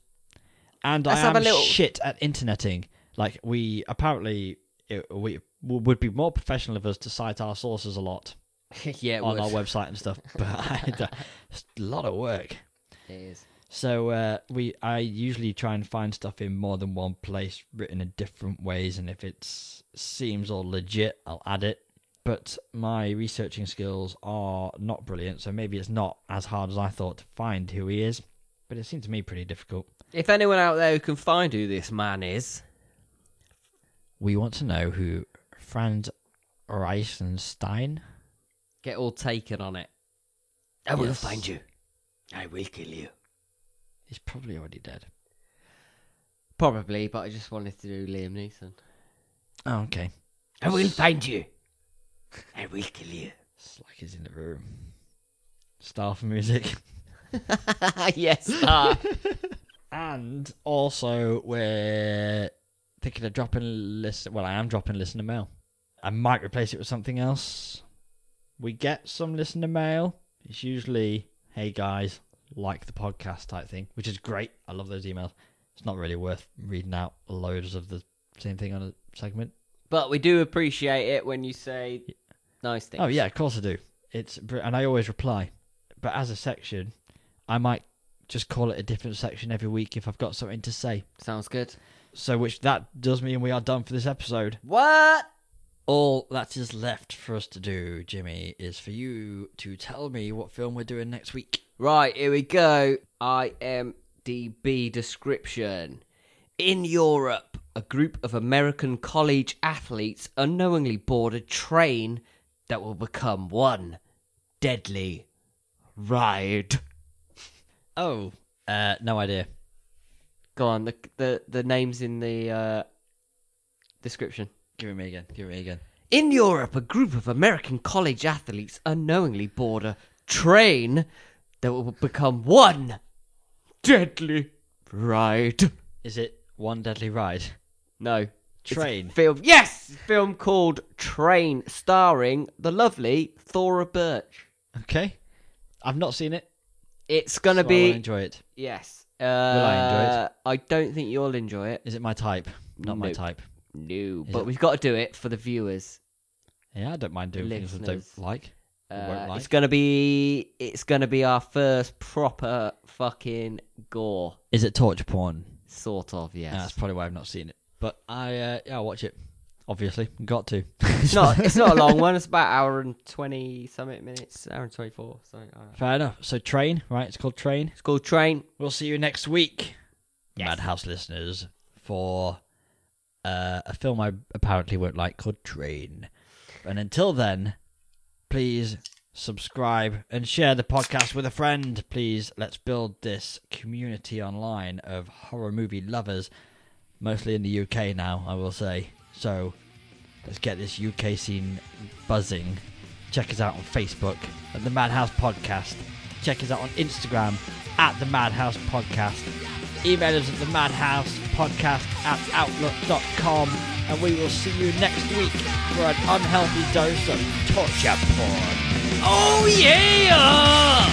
S1: And
S2: Let's
S1: I
S2: have
S1: am
S2: a little-
S1: shit at interneting. Like, we apparently. It, we would be more professional of us to cite our sources a lot
S2: yeah. It
S1: on
S2: would.
S1: our website and stuff, but I, it's a lot of work.
S2: It is.
S1: So uh, we, I usually try and find stuff in more than one place, written in different ways, and if it seems all legit, I'll add it. But my researching skills are not brilliant, so maybe it's not as hard as I thought to find who he is. But it seemed to me pretty difficult.
S2: If anyone out there who can find who this man is,
S1: We want to know who Franz Reichenstein.
S2: get all taken on it. I will find you. I will kill you.
S1: He's probably already dead.
S2: Probably, but I just wanted to do Liam Neeson.
S1: Oh, okay.
S2: I will find you. I will kill you.
S1: Slack is in the room. Star for music.
S2: yes. Ah.
S1: And also, we're thinking of dropping listen. Well, I am dropping listener mail. I might replace it with something else. We get some listener mail. It's usually, "Hey guys, like the podcast" type thing, which is great. I love those emails. It's not really worth reading out loads of the same thing on a segment.
S2: but we do appreciate it when you say nice things.
S1: Oh yeah, of course I do. It's br- and I always reply, but as a section, I might just call it a different section every week if I've got something to say.
S2: Sounds good.
S1: So, which that does mean we are done for this episode.
S2: What?
S1: All that is left for us to do, Jimmy, is for you to tell me what film we're doing next week.
S2: Right, here we go. IMDb description. In Europe, a group of American college athletes unknowingly board a train that will become one deadly ride.
S1: Oh, uh, no idea.
S2: Go on, the the, the names in the uh, description.
S1: Give it me again. Give it me again.
S2: In Europe, a group of American college athletes unknowingly board a train that will become one deadly ride.
S1: Is it One Deadly Ride?
S2: No. It's a
S1: Train.
S2: film. Yes! Film called Train, starring the lovely Thora Birch.
S1: Okay. I've not seen it.
S2: It's
S1: so
S2: gonna
S1: I will
S2: be.
S1: enjoy it.
S2: Yes. Uh,
S1: I enjoy
S2: I don't think you'll enjoy it.
S1: Is it my type? Not my
S2: Nope.
S1: type.
S2: No,
S1: Is
S2: but
S1: it-
S2: we've got to do it for the viewers.
S1: Yeah, I don't mind doing things I
S2: Listeners.
S1: don't like. or
S2: Uh,
S1: won't like.
S2: It's gonna be it's gonna be our first proper fucking gore,
S1: Is it torture porn?
S2: sort of. Yes,
S1: Yeah, that's probably why I've not seen it. But I, uh, yeah, I'll watch it. Obviously, got to.
S2: it's not it's not a long one. It's about hour and twenty something minutes, hour and twenty four something. Like that.
S1: Fair enough. So train, right? It's called train.
S2: It's called Train.
S1: We'll see you next week, Madhouse listeners, for uh, a film I apparently won't like called Train. And until then, please subscribe and share the podcast with a friend. Please, let's build this community online of horror movie lovers, mostly in the UK now, I will say. So let's get this UK scene buzzing. Check us out on Facebook at the Madhouse Podcast. Check us out on Instagram at the Madhouse Podcast. Email us at the Madhouse Podcast at outlook.com. And we will see you next week for an unhealthy dose of torture porn. Oh, yeah!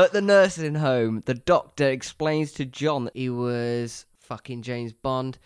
S2: At the nursing home, the doctor explains to John that he was fucking James Bond.